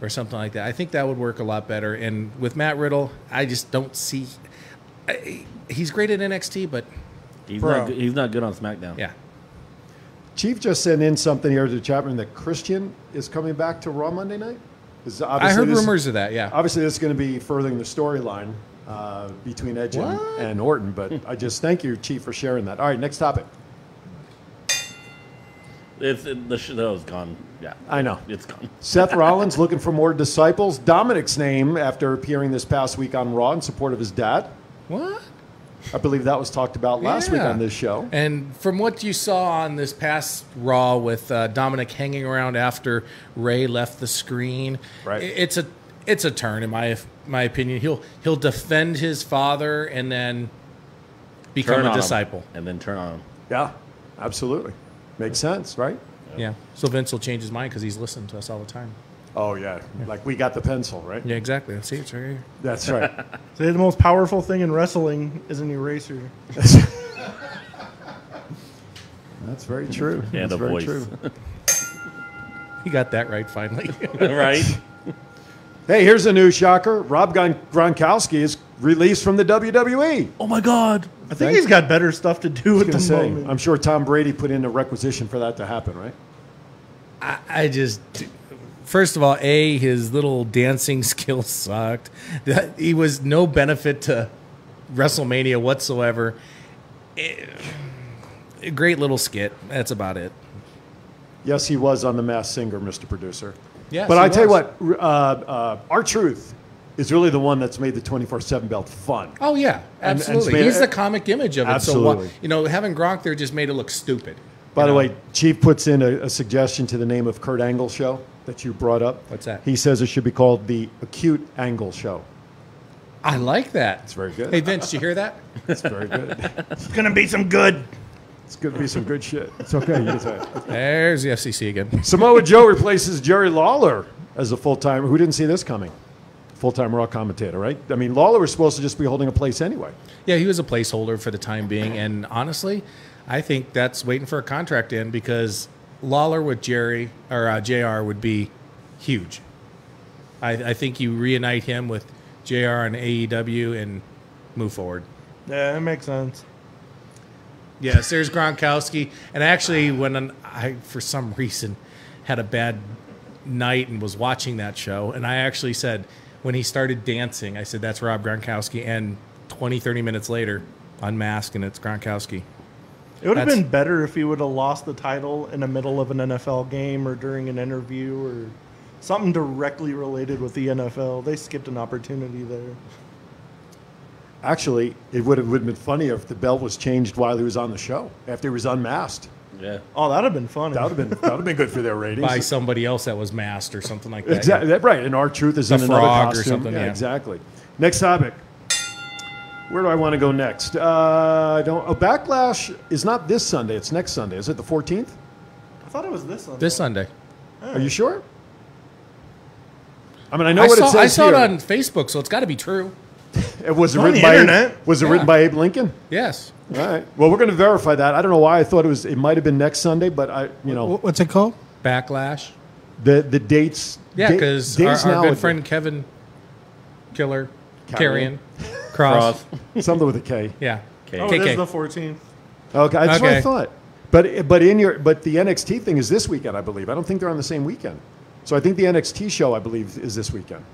B: or something like that. I think that would work a lot better. And with Matt Riddle, I just don't see. I, he's great at NXT, but
G: He's
D: Bro.
G: not. good- He's not good on SmackDown.
B: yeah,
A: Chief just sent in something here to the chat room that Christian is coming back to Raw Monday night. 'Cause
B: I
A: obviously
B: heard
A: this-
B: rumors of that. Yeah,
A: Obviously, this is going to be furthering the storyline uh, between Edge and,
B: What?
A: and Orton, but I just thank you, Chief, for sharing that. All right, next topic.
G: It's it, the show's gone. Yeah,
A: I know.
G: it's gone.
A: Seth Rollins looking for more disciples. Dominic's name after appearing this past week on Raw in support of his dad.
B: what?
A: I believe that was talked about last week
B: Yeah.
A: on this show.
B: And from what you saw on this past Raw with uh, Dominic hanging around after Ray left the screen,
A: Right.
B: i- It's a it's a turn in my my opinion. He'll he'll defend his father and then become
G: Turn on
B: a
G: him,
B: disciple.
G: and then turn on him.
A: Yeah, absolutely. Makes sense, right?
B: Yeah. So Vince will change his mind because he's listening to us all the time.
A: Oh, yeah. Like we got the pencil, right?
B: Yeah, exactly. See, it's right here.
A: That's right.
D: say the most powerful thing in wrestling is an eraser.
A: That's very true.
G: Yeah,
A: That's
G: the
A: very
G: voice.
B: He got that right finally.
G: right?
A: Hey, here's a new shocker. Rob Gon- Gronkowski is released from the E. WWE.
G: Oh my God!
D: I think he's got better stuff to do at
A: Gonna
D: the
A: say,
D: moment.
A: I'm sure Tom Brady put in a requisition for that to happen, right?
B: I, I just, first of all, a his little dancing skills sucked. That he was no benefit to WrestleMania whatsoever. Eh, a great little skit. That's about it.
A: Yes, he was on The Masked Singer, Mr. Producer.
B: Yes,
A: but
B: he
A: I tell you
B: was.
A: what, r- uh, uh, our truth is really the one that's made the 24/7 belt fun.
B: Oh yeah,
A: and
B: absolutely.
A: Smith-
B: He's the comic image of it. So
A: Absolutely.
B: why- you know, having Gronk there just made it look stupid.
A: By
B: you
A: the
B: know?
A: way, Chief puts in a, a suggestion to the name of Kurt Angle show that you brought up.
B: What's that?
A: He says it should be called the Acute Angle Show.
B: I like that. It's
A: very good.
B: Hey Vince, you hear that?
A: It's very good.
D: It's gonna be some good.
A: it's going to be some good shit. It's okay. You can say it.
B: There's the FCC again.
A: Samoa Joe replaces Jerry Lawler as a full time. Who didn't see this coming? Full time Raw commentator, right? I mean, Lawler was supposed to just be holding a place anyway.
B: Yeah, he was a placeholder for the time being, and honestly, I think that's waiting for a contract in because Lawler with Jerry or uh, Jr. would be huge. I, I think you reunite him with Jr. and AEW and E move forward.
D: Yeah, that makes sense.
B: Yes, there's Gronkowski. And actually, when an- I, for some reason, had a bad night and was watching that show, and I actually said, when he started dancing, I said, that's Rob Gronkowski. And 20, 30 minutes later, unmasked, and it's Gronkowski.
D: It would have
B: That's-
D: been better if he would have lost the title in the middle of an NFL game or during an interview or something directly related with the NFL. They skipped an opportunity there.
A: Actually, it would have, would have been funny if the belt was changed while he was on the show after he was unmasked.
G: Yeah.
D: Oh, that'd have been funny.
A: That would have been that would have been good for their ratings.
B: By somebody else that was masked or something like that.
A: Exactly. That, right. And our truth is
B: The
A: in another
B: frog or
A: costume.
B: something, yeah.
A: Exactly. Next topic. Where do I want to go next? Uh, I don't. Oh, Backlash is not this Sunday. It's next Sunday. Is it the 14th?
D: I thought it was this one.
B: This Sunday.
A: Are you sure? I mean, I know what
B: saw,
A: it says
B: I saw
A: here.
B: it on Facebook, so it's got to be true.
A: It was
B: It's on
A: written
B: the
A: by
B: internet.
A: was it
B: Yeah.
A: written by Abe Lincoln?
B: Yes.
A: All right. Well, we're going to verify that. I don't know why I thought it was. It might have been next Sunday, but I, you know,
L: What's it called?
B: Backlash.
A: the the dates.
B: Yeah,
A: da-
B: because
A: days
B: our, our
A: now
B: good
A: would-
B: friend Kevin Killer
A: Carrion.
B: Carrion Cross.
A: something with a K.
B: Yeah.
D: Oh, it is the
A: Okay,
D: 14th.
A: that's what I
B: Okay.
A: thought. But but in your but the NXT thing is this weekend, I believe. I don't think they're on the same weekend. So I think the NXT show, I believe, is this weekend.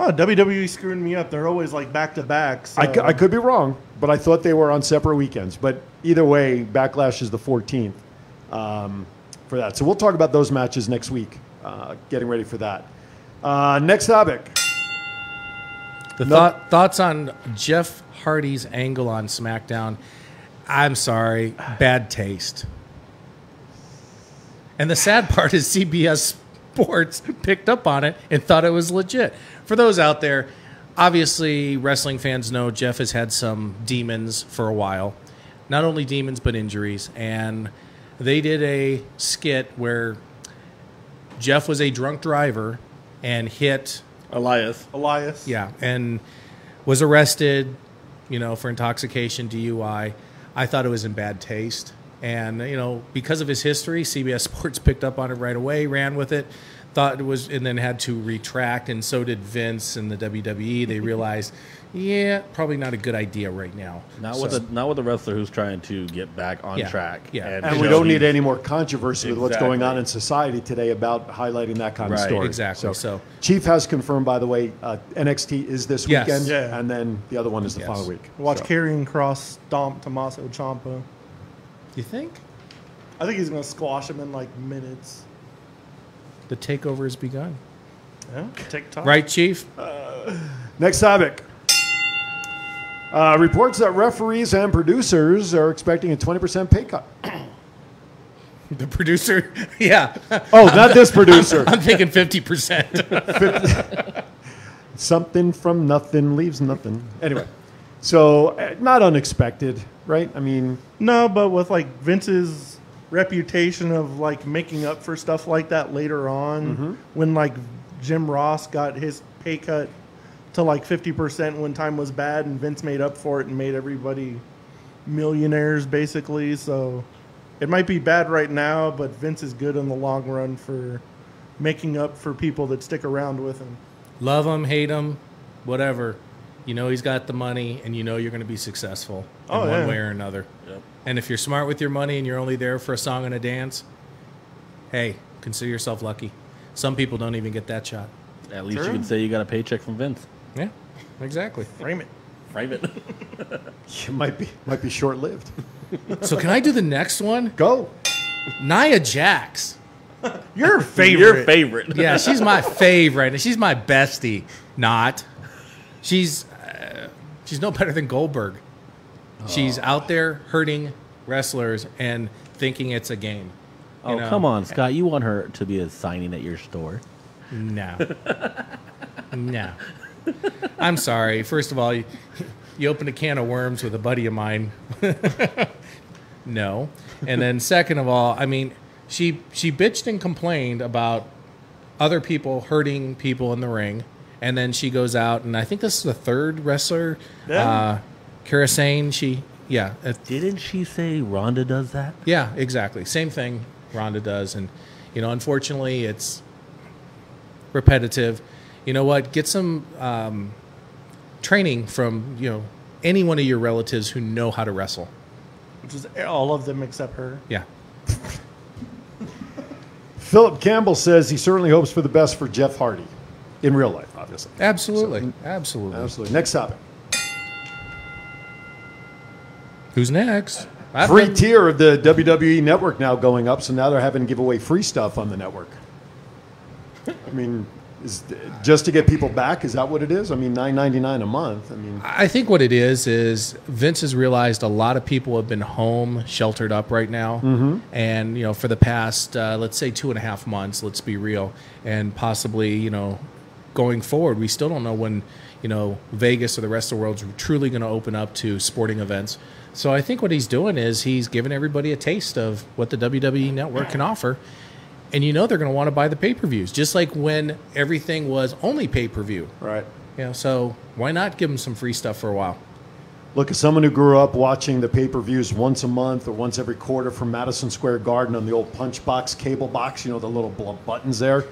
D: Oh, WWE screwing me up. They're always like back to back.
A: I, cou- I could be wrong, but I thought they were on separate weekends. But either way, Backlash is the 14th um, for that. So we'll talk about those matches next week. Uh, getting ready for that. Uh, next topic.
B: The
A: No.
B: thought, thoughts on Jeff Hardy's angle on SmackDown? I'm sorry, bad taste. And the sad part is CBS Sports picked up on it and thought it was legit. For those out there, obviously wrestling fans know Jeff has had some demons for a while. Not only demons, but injuries. And they did a skit where Jeff was a drunk driver and hit
G: Elias.
D: Elias.
B: yeah, and was arrested, you know, for intoxication, DUI. I thought it was in bad taste. And, you know, because of his history, CBS Sports picked up on it right away, ran with it, thought it was, and then had to retract. And so did Vince and the WWE. They realized, yeah, probably not a good idea right now.
G: Not
B: So-
G: with a not with a wrestler who's trying to get back on
B: Yeah,
G: track.
B: yeah.
A: And we
G: show
A: don't need
G: he's-
A: any more controversy with what's
G: Exactly.
A: going on in society today about highlighting that kind of
G: Right.
A: story.
B: Exactly. So-
A: Chief has confirmed, by the way, uh, NXT is this
B: Yes.
A: weekend,
D: Yeah.
A: and then the other one is the following week.
D: Watch
A: So-
D: Carrying Cross stomp Tommaso Ciampa.
B: You think
D: I think he's going to squash him in like minutes.
B: the takeover has begun?
D: Yeah. TikTok.
B: Right, Chief?
G: Uh,
A: Next topic. Uh, reports that referees and producers are expecting a 20% pay cut.
B: The producer? Yeah.
A: Oh, not this producer.
B: I'm thinking 50%.
A: Something from nothing leaves nothing. Anyway, so uh, not unexpected, right? I mean,
D: No, but with like Vince's reputation of like making up for stuff like that later on, when like Jim Ross got his pay cut to like 50% when time was bad, and Vince made up for it and made everybody millionaires basically. So it might be bad right now, but Vince is good in the long run for making up for people that stick around with him.
B: love him, hate him, whatever. You know he's got the money, and you know you're going to be successful in
D: Oh,
B: one
D: yeah.
B: way or another. And if you're smart with your money and you're only there for a song and a dance, hey, consider yourself lucky. Some people don't even get that shot.
G: At least
D: Sure.
G: you can say you got a paycheck from Vince.
B: Yeah, exactly.
D: Frame it.
G: Frame it.
A: it might be, might be short lived.
B: so can I do the next one?
A: Go.
B: Nia Jax.
D: Your favorite.
G: Your favorite.
B: Yeah, she's my favorite, and she's my bestie. Not. She's uh, she's no better than Goldberg. She's out there hurting wrestlers and thinking it's a game. you
G: Oh
B: know?
G: come on, Scott! You want her to be a signing at your store?
B: No. no. I'm sorry. First of all, you, you opened a can of worms with a buddy of mine. no. And then second of all, I mean, she she bitched and complained about other people hurting people in the ring. And then she goes out, and I think this is the third wrestler, uh, Kara Sane. She, yeah, uh,
G: Didn't she say Rhonda does that?
B: yeah, exactly. Same thing Rhonda does. And, you know, unfortunately, it's repetitive. You know what? Get some um, training from, you know, any one of your relatives who know how to wrestle.
D: which is all of them except her.
B: Yeah.
A: Philip Campbell says he certainly hopes for the best for Jeff Hardy in real life, obviously.
B: Absolutely. absolutely.
A: Absolutely. Next topic.
B: Who's next? I
A: free
B: think-
A: tier of the WWE network now going up, so now they're having to give away free stuff on the network. I mean, is, just to get people back, is that what it is? I mean, nine ninety nine a month. I mean,
B: I think what it is is Vince has realized a lot of people have been home, sheltered up right now,
A: Mhm.
B: and you know for the past uh, let's say two and a half months, let's be real, and possibly you know going forward, we still don't know when you know Vegas or the rest of the world's truly going to open up to sporting events. So I think what he's doing is he's giving everybody a taste of what the WWE network can offer, and you know they're going to want to buy the pay per views, just like when everything was only pay per view.
A: Right.
B: You know, so why not give them some free stuff for a while?
A: Look, as someone who grew up watching the pay per views once a month or once every quarter from Madison Square Garden on the old punch box, cable box, you know, the little bl- buttons there,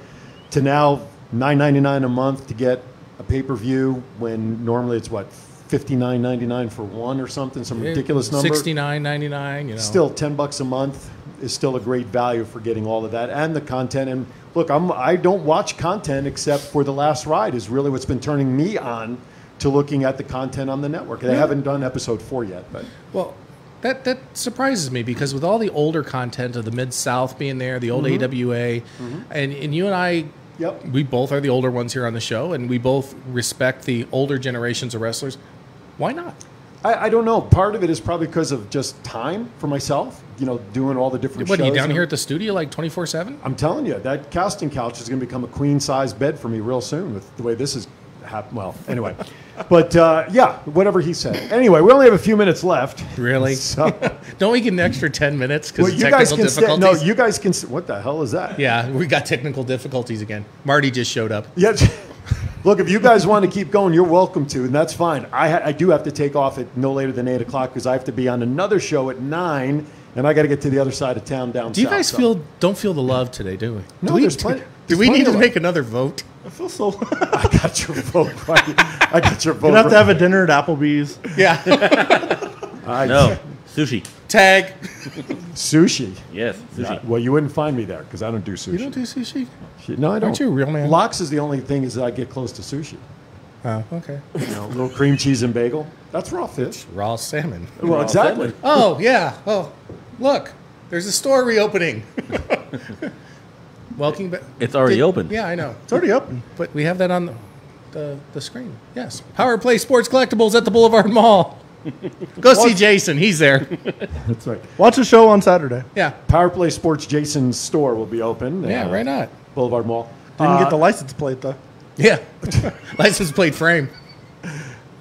A: to now nine ninety nine a month to get a pay per view when normally it's what fifty nine ninety nine for one or something, some ridiculous number.
B: Sixty nine ninety nine. You know,
A: Still, ten bucks a month is still a great value for getting all of that and the content. And look, I'm I don't watch content except for the Last Ride is really what's been turning me on to looking at the content on the network. They
B: Yeah.
A: haven't done episode four yet, but
B: Well, that that surprises me because with all the older content of the Mid South being there, the old
A: Mhm.
B: AWA, and and you and I,
A: Yep.
B: we both are the older ones here on the show, and we both respect the older generations of wrestlers. Why not?
A: I, I don't know. Part of it is probably because of just time for myself. You know, doing all the different.
B: What are you
A: shows
B: down
A: and-
B: here at the studio like twenty four seven?
A: I'm telling you, that casting couch is going to become a queen size bed for me real soon with the way this is happening. Well, anyway. but uh, yeah, whatever he said. Anyway, we only have a few minutes left.
B: Really?
A: So,
B: Don't we get an extra ten minutes because
A: well,
B: of
A: you
B: technical
A: guys can stay.
B: difficulties?
A: No, you guys can. sta- What the hell is that?
B: yeah, we got technical difficulties again. Marty just showed up.
A: Yeah. Look, if you guys want to keep going, you're welcome to, and that's fine. I, ha- I do have to take off at no later than 8 o'clock because I have to be on another show at 9, and I got to get to the other side of town down
B: Do you
A: south,
B: guys
A: so-
B: feel don't feel the love today? Do we?
A: No,
B: do we,
A: there's plenty-
B: Do,
A: there's
B: we
A: plenty
B: need
A: of
B: to
A: love.
B: make another vote?
D: I feel so.
A: I got your vote right. I got your vote
D: You'd have to
A: right.
D: have a dinner at Applebee's.
B: Yeah.
A: I-
G: No, sushi.
B: Tag.
A: Sushi.
G: Yes,
A: Nah,
G: sushi.
A: well, you wouldn't find me there because I don't do sushi.
B: You don't do sushi?
A: Shit, no, I don't.
B: Aren't you a real man?
A: Lox is the only thing is that I get close to sushi.
B: Oh, okay.
A: You know, a little cream cheese and bagel. That's raw fish.
B: Raw salmon.
A: Well,
G: Raw
A: exactly.
G: salmon.
B: Oh yeah. Oh, look, there's a store reopening. Welcome back.
G: It's already
B: Did-
G: open.
B: Yeah, I know.
D: It's already open.
B: But we have that on the, the, the screen. Yes. Power Play Sports Collectibles at the Boulevard Mall. Go see Jason. He's there.
A: That's right.
D: Watch the show on Saturday.
B: Yeah.
A: Power Play Sports Jason's store will be open.
B: Yeah, why not?
A: Boulevard Mall.
D: Didn't
A: Uh,
D: get the license plate though.
B: Yeah. License plate frame.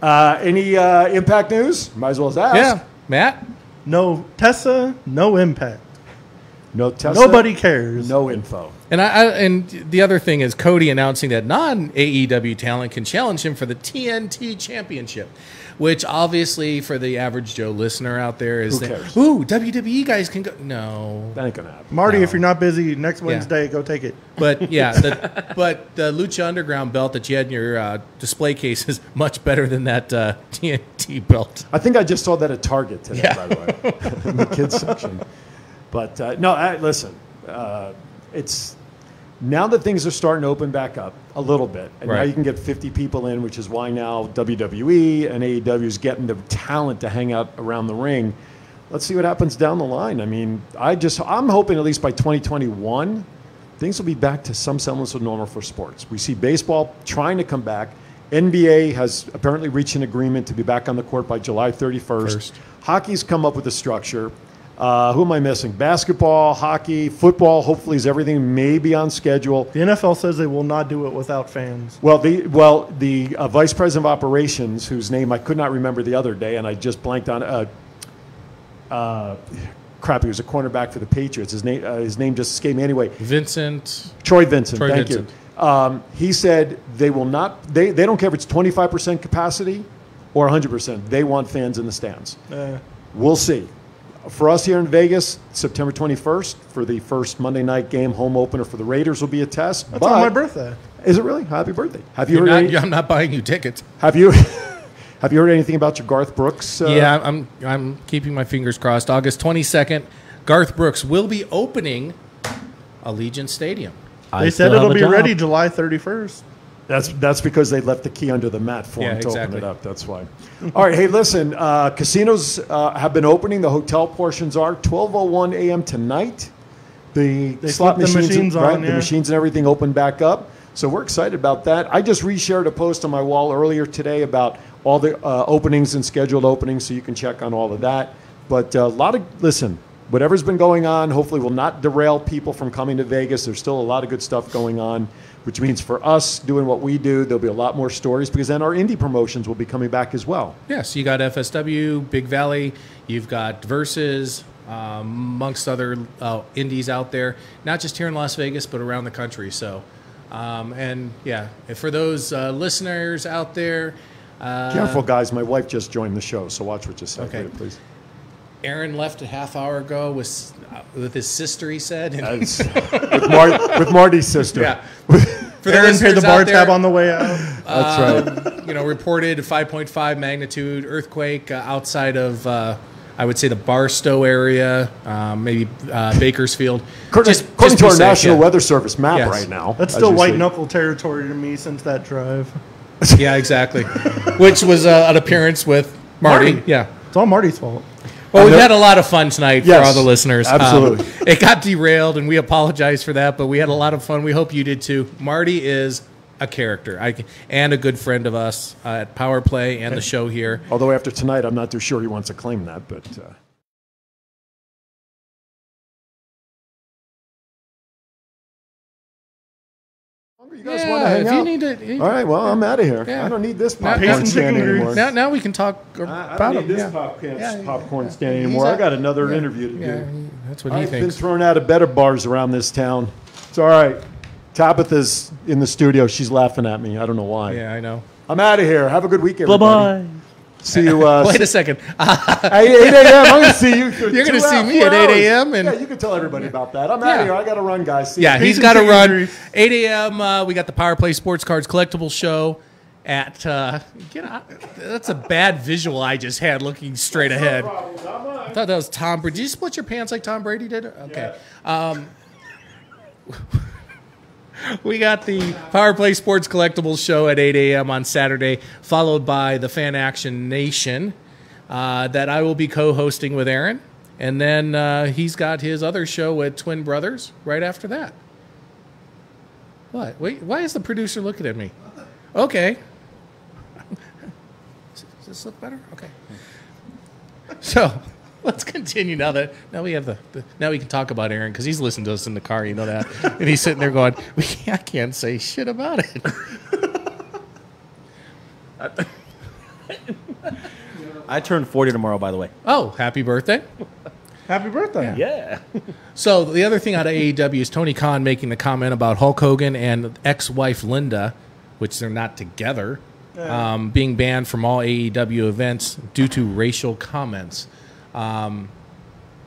A: uh, any uh, impact news? Might as well ask.
B: Yeah. Matt?
D: No Tessa, no impact.
A: No Tesla.
D: Nobody cares.
A: No info.
B: And I, I and the other thing is Cody announcing that non AEW talent can challenge him for the TNT Championship, which obviously for the average Joe listener out there is
A: Who
B: that,
A: cares?
B: ooh WWE guys can go no,
A: That ain't gonna happen.
D: Marty,
B: No.
D: if you're not busy next Wednesday, go take it.
B: but yeah, the, but the Lucha Underground belt that you had in your uh, display case is much better than that uh, TNT belt.
A: I think I just saw that at Target today,
B: Yeah.
A: by the way, in the kids section. But uh, no, I, listen, uh, it's now that things are starting to open back up a little bit, and now
B: Right.
A: you can get 50 people in, which is why now WWE and AEW is getting the talent to hang out around the ring. Let's see what happens down the line. I mean, I just I'm hoping at least by 2021 things will be back to some semblance of normal for sports. We see baseball trying to come back. NBA has apparently reached an agreement to be back on the court by July 31st.
B: First.
A: Hockey's come up with a structure. Uh, who am I missing? Basketball, hockey, football. Hopefully, is everything maybe on schedule.
D: The NFL says they will not do it without fans.
A: Well, the well, the uh, vice president of operations, whose name I could not remember the other day, and I just blanked on. Uh, uh, crap, he was a cornerback for the Patriots. His name, uh, his name just escaped me. Anyway,
B: Vincent,
A: Troy Vincent.
B: Troy
A: thank
B: Vincent.
A: you. Um, he said they will not. They they don't care if it's twenty five percent capacity or hundred percent. They want fans in the stands.
B: Eh.
D: Uh,
A: We'll see. For us here in Vegas, September 21st for the first Monday night game home opener for the Raiders will be a test.
D: that's
A: but
D: on my birthday.
A: Is it really? Happy birthday. Have you
B: you're
A: heard
B: not,
A: any-
B: I'm not buying you tickets.
A: have you Have you heard anything about your Garth Brooks? Uh,
B: yeah, I'm I'm keeping my fingers crossed. August 22nd, Garth Brooks will be opening Allegiant Stadium.
D: They said it'll be ready July 31st.
A: That's that's because they left the key under the mat for
D: Yeah,
A: him to open
D: exactly.
A: it up. That's why. All right. Hey, listen. Uh, casinos uh, have been opening. The hotel portions are 12:01 a.m. tonight. The
D: They
A: slot
D: flipped
A: machines,
D: the machines
A: right,
D: on,
A: the
D: yeah.
A: machines and everything open back up. So we're excited about that. I just reshared a post on my wall earlier today about all the uh, openings and scheduled openings, so you can check on all of that. But uh, a lot of listen. Whatever's been going on, hopefully, will not derail people from coming to Vegas. There's still a lot of good stuff going on, which means for us doing what we do, there'll be a lot more stories because then our indie promotions will be coming back as well.
B: Yeah, so you got FSW, Big Valley, you've got Versus, um, amongst other uh, indies out there, not just here in Las Vegas, but around the country. So, um, and yeah, and for those uh, listeners out there, uh,
A: Careful, guys. My wife just joined the show, so watch what you say.
B: Okay.
A: Wait, please.
B: Aaron left a half hour ago with uh, with his sister. He said,
A: With, Mar- with Marty's sister.
B: Yeah. the
D: Aaron paid the
B: listeners
D: bar
B: out
D: tab
B: there,
D: on the way out.
A: That's
B: right. You know, reported a 5.5 magnitude earthquake uh, outside of, uh, I would say, the Barstow area, um, maybe uh, Bakersfield.
A: According,
B: Just-
A: according
B: just
A: to our
B: be safe,
A: National
B: yeah.
A: Weather Service map
B: Yes.
A: right now.
D: That's
A: as
D: still
A: you
D: white
A: see.
D: knuckle territory to me since that drive.
B: yeah, exactly. Which was uh, an appearance with Marty.
D: Marty.
B: Yeah.
D: It's all Marty's fault.
B: Well, we had a lot of fun tonight
D: Yes,
B: for all the listeners. Um,
D: absolutely.
B: it got derailed, and we apologize for that, but we had a lot of fun. We hope you did too. Marty is a character I, and a good friend of us uh, at Power Play and the show here.
A: Although after tonight, I'm not too sure he wants to claim that, but. Uh, You guys want to hang
B: if
A: out?
B: You need to,
A: All right, well, I'm out of here.
B: Yeah.
A: I don't need this
B: Now-
A: popcorn
B: now-
A: stand anymore.
B: Now, now we can talk
A: I
B: about
A: don't need
B: him,
A: this
B: yeah.
A: popcorn,
B: Yeah,
A: popcorn
B: yeah.
A: stand
B: He's
A: anymore. I
B: out-
A: got another
B: yeah,
A: interview to
B: yeah,
A: do.
B: he- That's what he
A: I've been
B: thinks.
A: thrown out of better bars around this town. It's all right. Tabitha's in the studio. She's laughing at me. I don't know why.
B: Yeah, I know.
A: I'm out of here. Have a good weekend. Bye bye. See you. Uh,
B: Wait
A: see-
B: a second.
A: At 8 a.m. I'm going to see you. for
B: You're gonna
A: two
B: see
A: hours-
B: me
A: four
B: at 8
A: hours.
B: a.m. and
A: yeah, you can tell everybody about that. I'm out
B: Yeah.
A: of here. I got to run, guys. See
B: yeah,
A: you.
B: he's got to run. 8 a.m. Uh, we got the Power Play Sports Cards Collectible Show at. Uh, get out. That's a bad visual I just had looking straight ahead. I thought that was Tom Brady. Did you split your pants like Tom Brady did? Okay. Um, we got the Power Play Sports Collectibles show at 8 a.m. on Saturday, followed by the Fan Action Nation uh, that I will be co hosting with Aaron. And then uh, he's got his other show with Twin Brothers right after that. What? Wait, why is the producer looking at me? Okay. Does this look better? Okay. So let's continue now that now we have the, the now we can talk about Aaron because he's listening to us in the car, you know that, and he's sitting there going, we, "I can't say shit about it."
G: I turn 40 tomorrow, by the way.
B: oh, happy birthday!
D: Happy birthday.
G: Yeah.
B: So the other thing out of AEW is Tony Khan making the comment about Hulk Hogan and ex-wife Linda, which they're not together,
D: Yeah.
B: um, being banned from all AEW events due to racial comments. Um,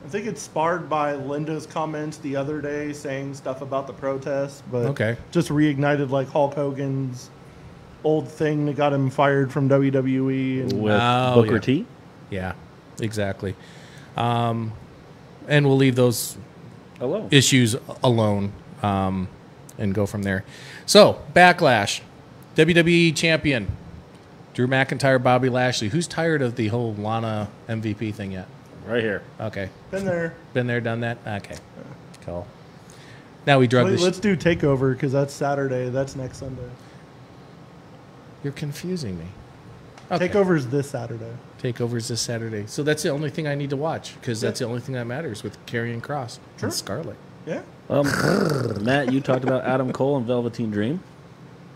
D: I think it's sparred by Linda's comments the other day saying stuff about the protests, but
B: Okay.
D: just reignited like Hulk Hogan's old thing that got him fired from WWE. And
G: With
B: Oh,
G: Booker
B: yeah.
G: T.
B: Yeah, exactly. Um, and we'll leave those
G: Alone.
B: issues alone um, and go from there. So, Backlash, WWE champion, Drew McIntyre, Bobby Lashley. Who's tired of the whole Lana MVP thing yet?
G: Right here.
B: Okay.
D: Been there.
B: Been there, done that? Okay. Cool. Now we drug
D: Wait,
B: this.
D: let's do Takeover because that's Saturday. That's next Sunday.
B: You're confusing me.
D: Takeover is this Saturday.
B: Takeovers this Saturday. So that's the only thing I need to watch because that's the only thing that matters with Karrion Cross
D: Sure.
B: and Scarlet.
D: Yeah.
G: Um, Matt, you talked about Adam Cole and Velveteen Dream.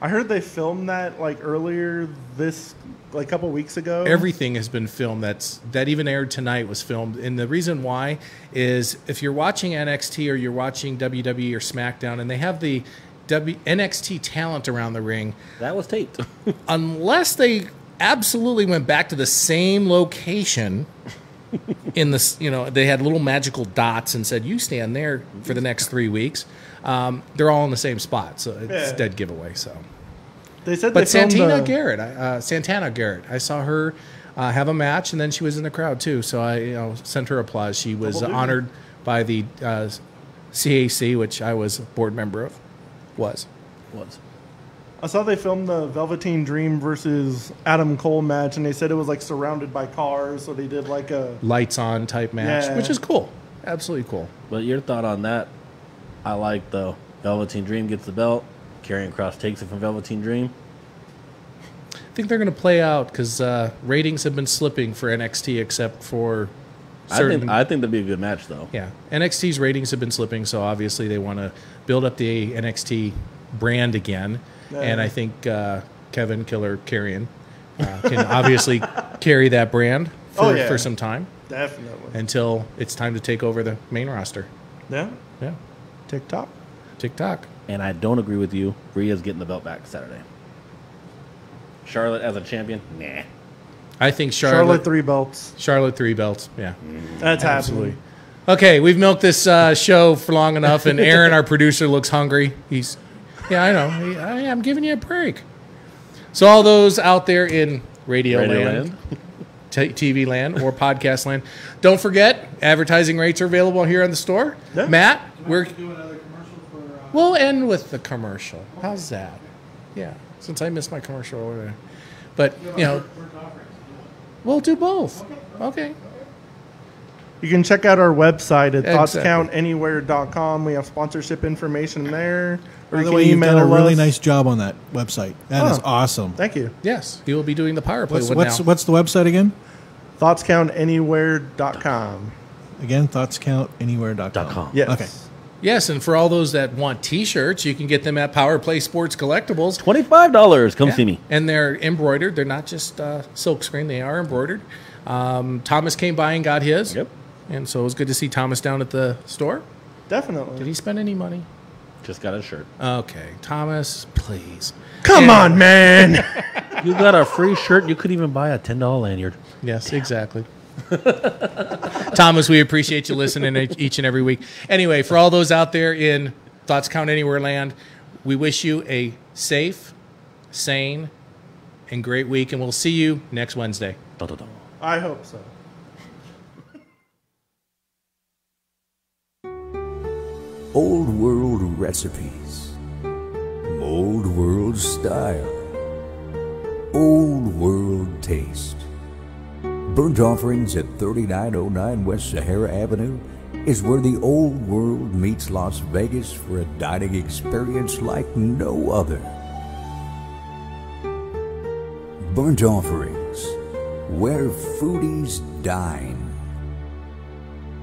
D: I heard they filmed that like earlier this like a couple weeks ago.
B: Everything has been filmed that's that even aired tonight was filmed. And the reason why is if you're watching NXT or you're watching WWE or SmackDown and they have the W NXT talent around the ring,
G: That was taped.
B: unless they absolutely went back to the same location in this you know they had little magical dots and said you stand there for the next three weeks um, they're all in the same spot so it's
D: Yeah.
B: dead giveaway so
D: They said
B: but
D: they filmed,
B: Santina
D: uh,
B: Garrett, I- uh, Santana Garrett, I saw her uh, have a match, and then she was in the crowd too. So I, you know, sent her applause. She was
D: Double duty.
B: honored by the uh, CAC, which I was a board member of. Was was
D: I saw they filmed the Velveteen Dream versus Adam Cole match, and they said it was like surrounded by cars, so they did like a
B: lights on type match,
D: Yeah.
B: which is cool, absolutely cool.
G: But your thought on that, I like though. Velveteen Dream gets the belt. Karrion Cross takes it from Velveteen Dream.
B: I think they're going to play out because uh, ratings have been slipping for NXT, except for
G: I think
B: certain.
G: I think that'd be a good match though.
B: Yeah, NXT's ratings have been slipping, so obviously they want to build up the NXT brand again.
D: Yeah.
B: And I think uh, Kevin Killer Carrion uh, can obviously carry that brand for,
D: Oh, yeah.
B: for some time
D: definitely
B: until it's time to take over the main roster.
D: yeah
B: Yeah,
D: TikTok.
B: TikTok.
G: And I don't agree with you. Rhea's getting the belt back Saturday. Charlotte as a champion? Nah.
B: I think
D: Charlotte,
B: Charlotte. Charlotte,
D: three belts.
B: three belts. Yeah.
D: That's absolutely.
B: Okay, we've milked this uh, show for long enough, and Aaron, our producer, looks hungry. He's, yeah, I know. He- I, am giving you a break. So all those out there in radio,
G: Radio
B: land, t- TV land, or podcast land, don't forget advertising rates are available here on the store.
D: Yeah.
B: Matt, we're we'll end with the commercial. How's that? Yeah, since I missed my commercial earlier, but you know, we'll do both. Okay.
D: You can check out our website at
B: Exactly.
D: thoughtscountanywhere.com. We have sponsorship information there.
L: By
D: Or you
L: the
D: can
L: way, you've
D: email
L: done a really
D: us.
L: nice job on that website. That is
D: Oh.
L: awesome.
D: Thank you.
B: Yes, he will be doing the power play.
L: What's
B: one
L: what's,
B: now.
L: what's the website again?
D: Thoughtscountanywhere.com.
L: Again, thoughtscountanywhere.com.
D: Yes.
L: Okay.
B: Yes, and for all those that want T-shirts, you can get them at Power Play Sports Collectibles.
G: Twenty five dollars. Come see me.
B: And they're embroidered. They're not just uh, silk screen. They are embroidered. Um, Thomas came by and got his.
G: Yep.
B: And so it was good to see Thomas down at the store.
D: Definitely.
B: Did he spend any money?
G: Just got a shirt.
B: Okay, Thomas, please.
D: Come on, man.
G: You got a free shirt. You could even buy a ten dollar lanyard.
B: Yes, exactly. Thomas, we appreciate you listening each- each and every week. Anyway, for all those out there in Thoughts Count Anywhere land, we wish you a safe, sane, and great week, and we'll see you next Wednesday.
G: Dun, dun, dun.
D: I hope so.
J: Old World recipes, Old World style, Old World taste. Burnt Offerings at 3909 West Sahara Avenue is where the old world meets Las Vegas for a dining experience like no other. Burnt Offerings, where foodies dine.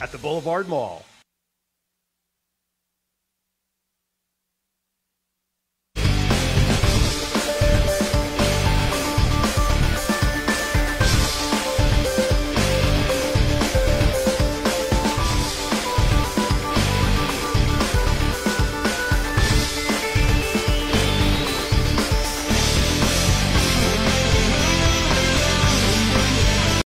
A: at the Boulevard Mall.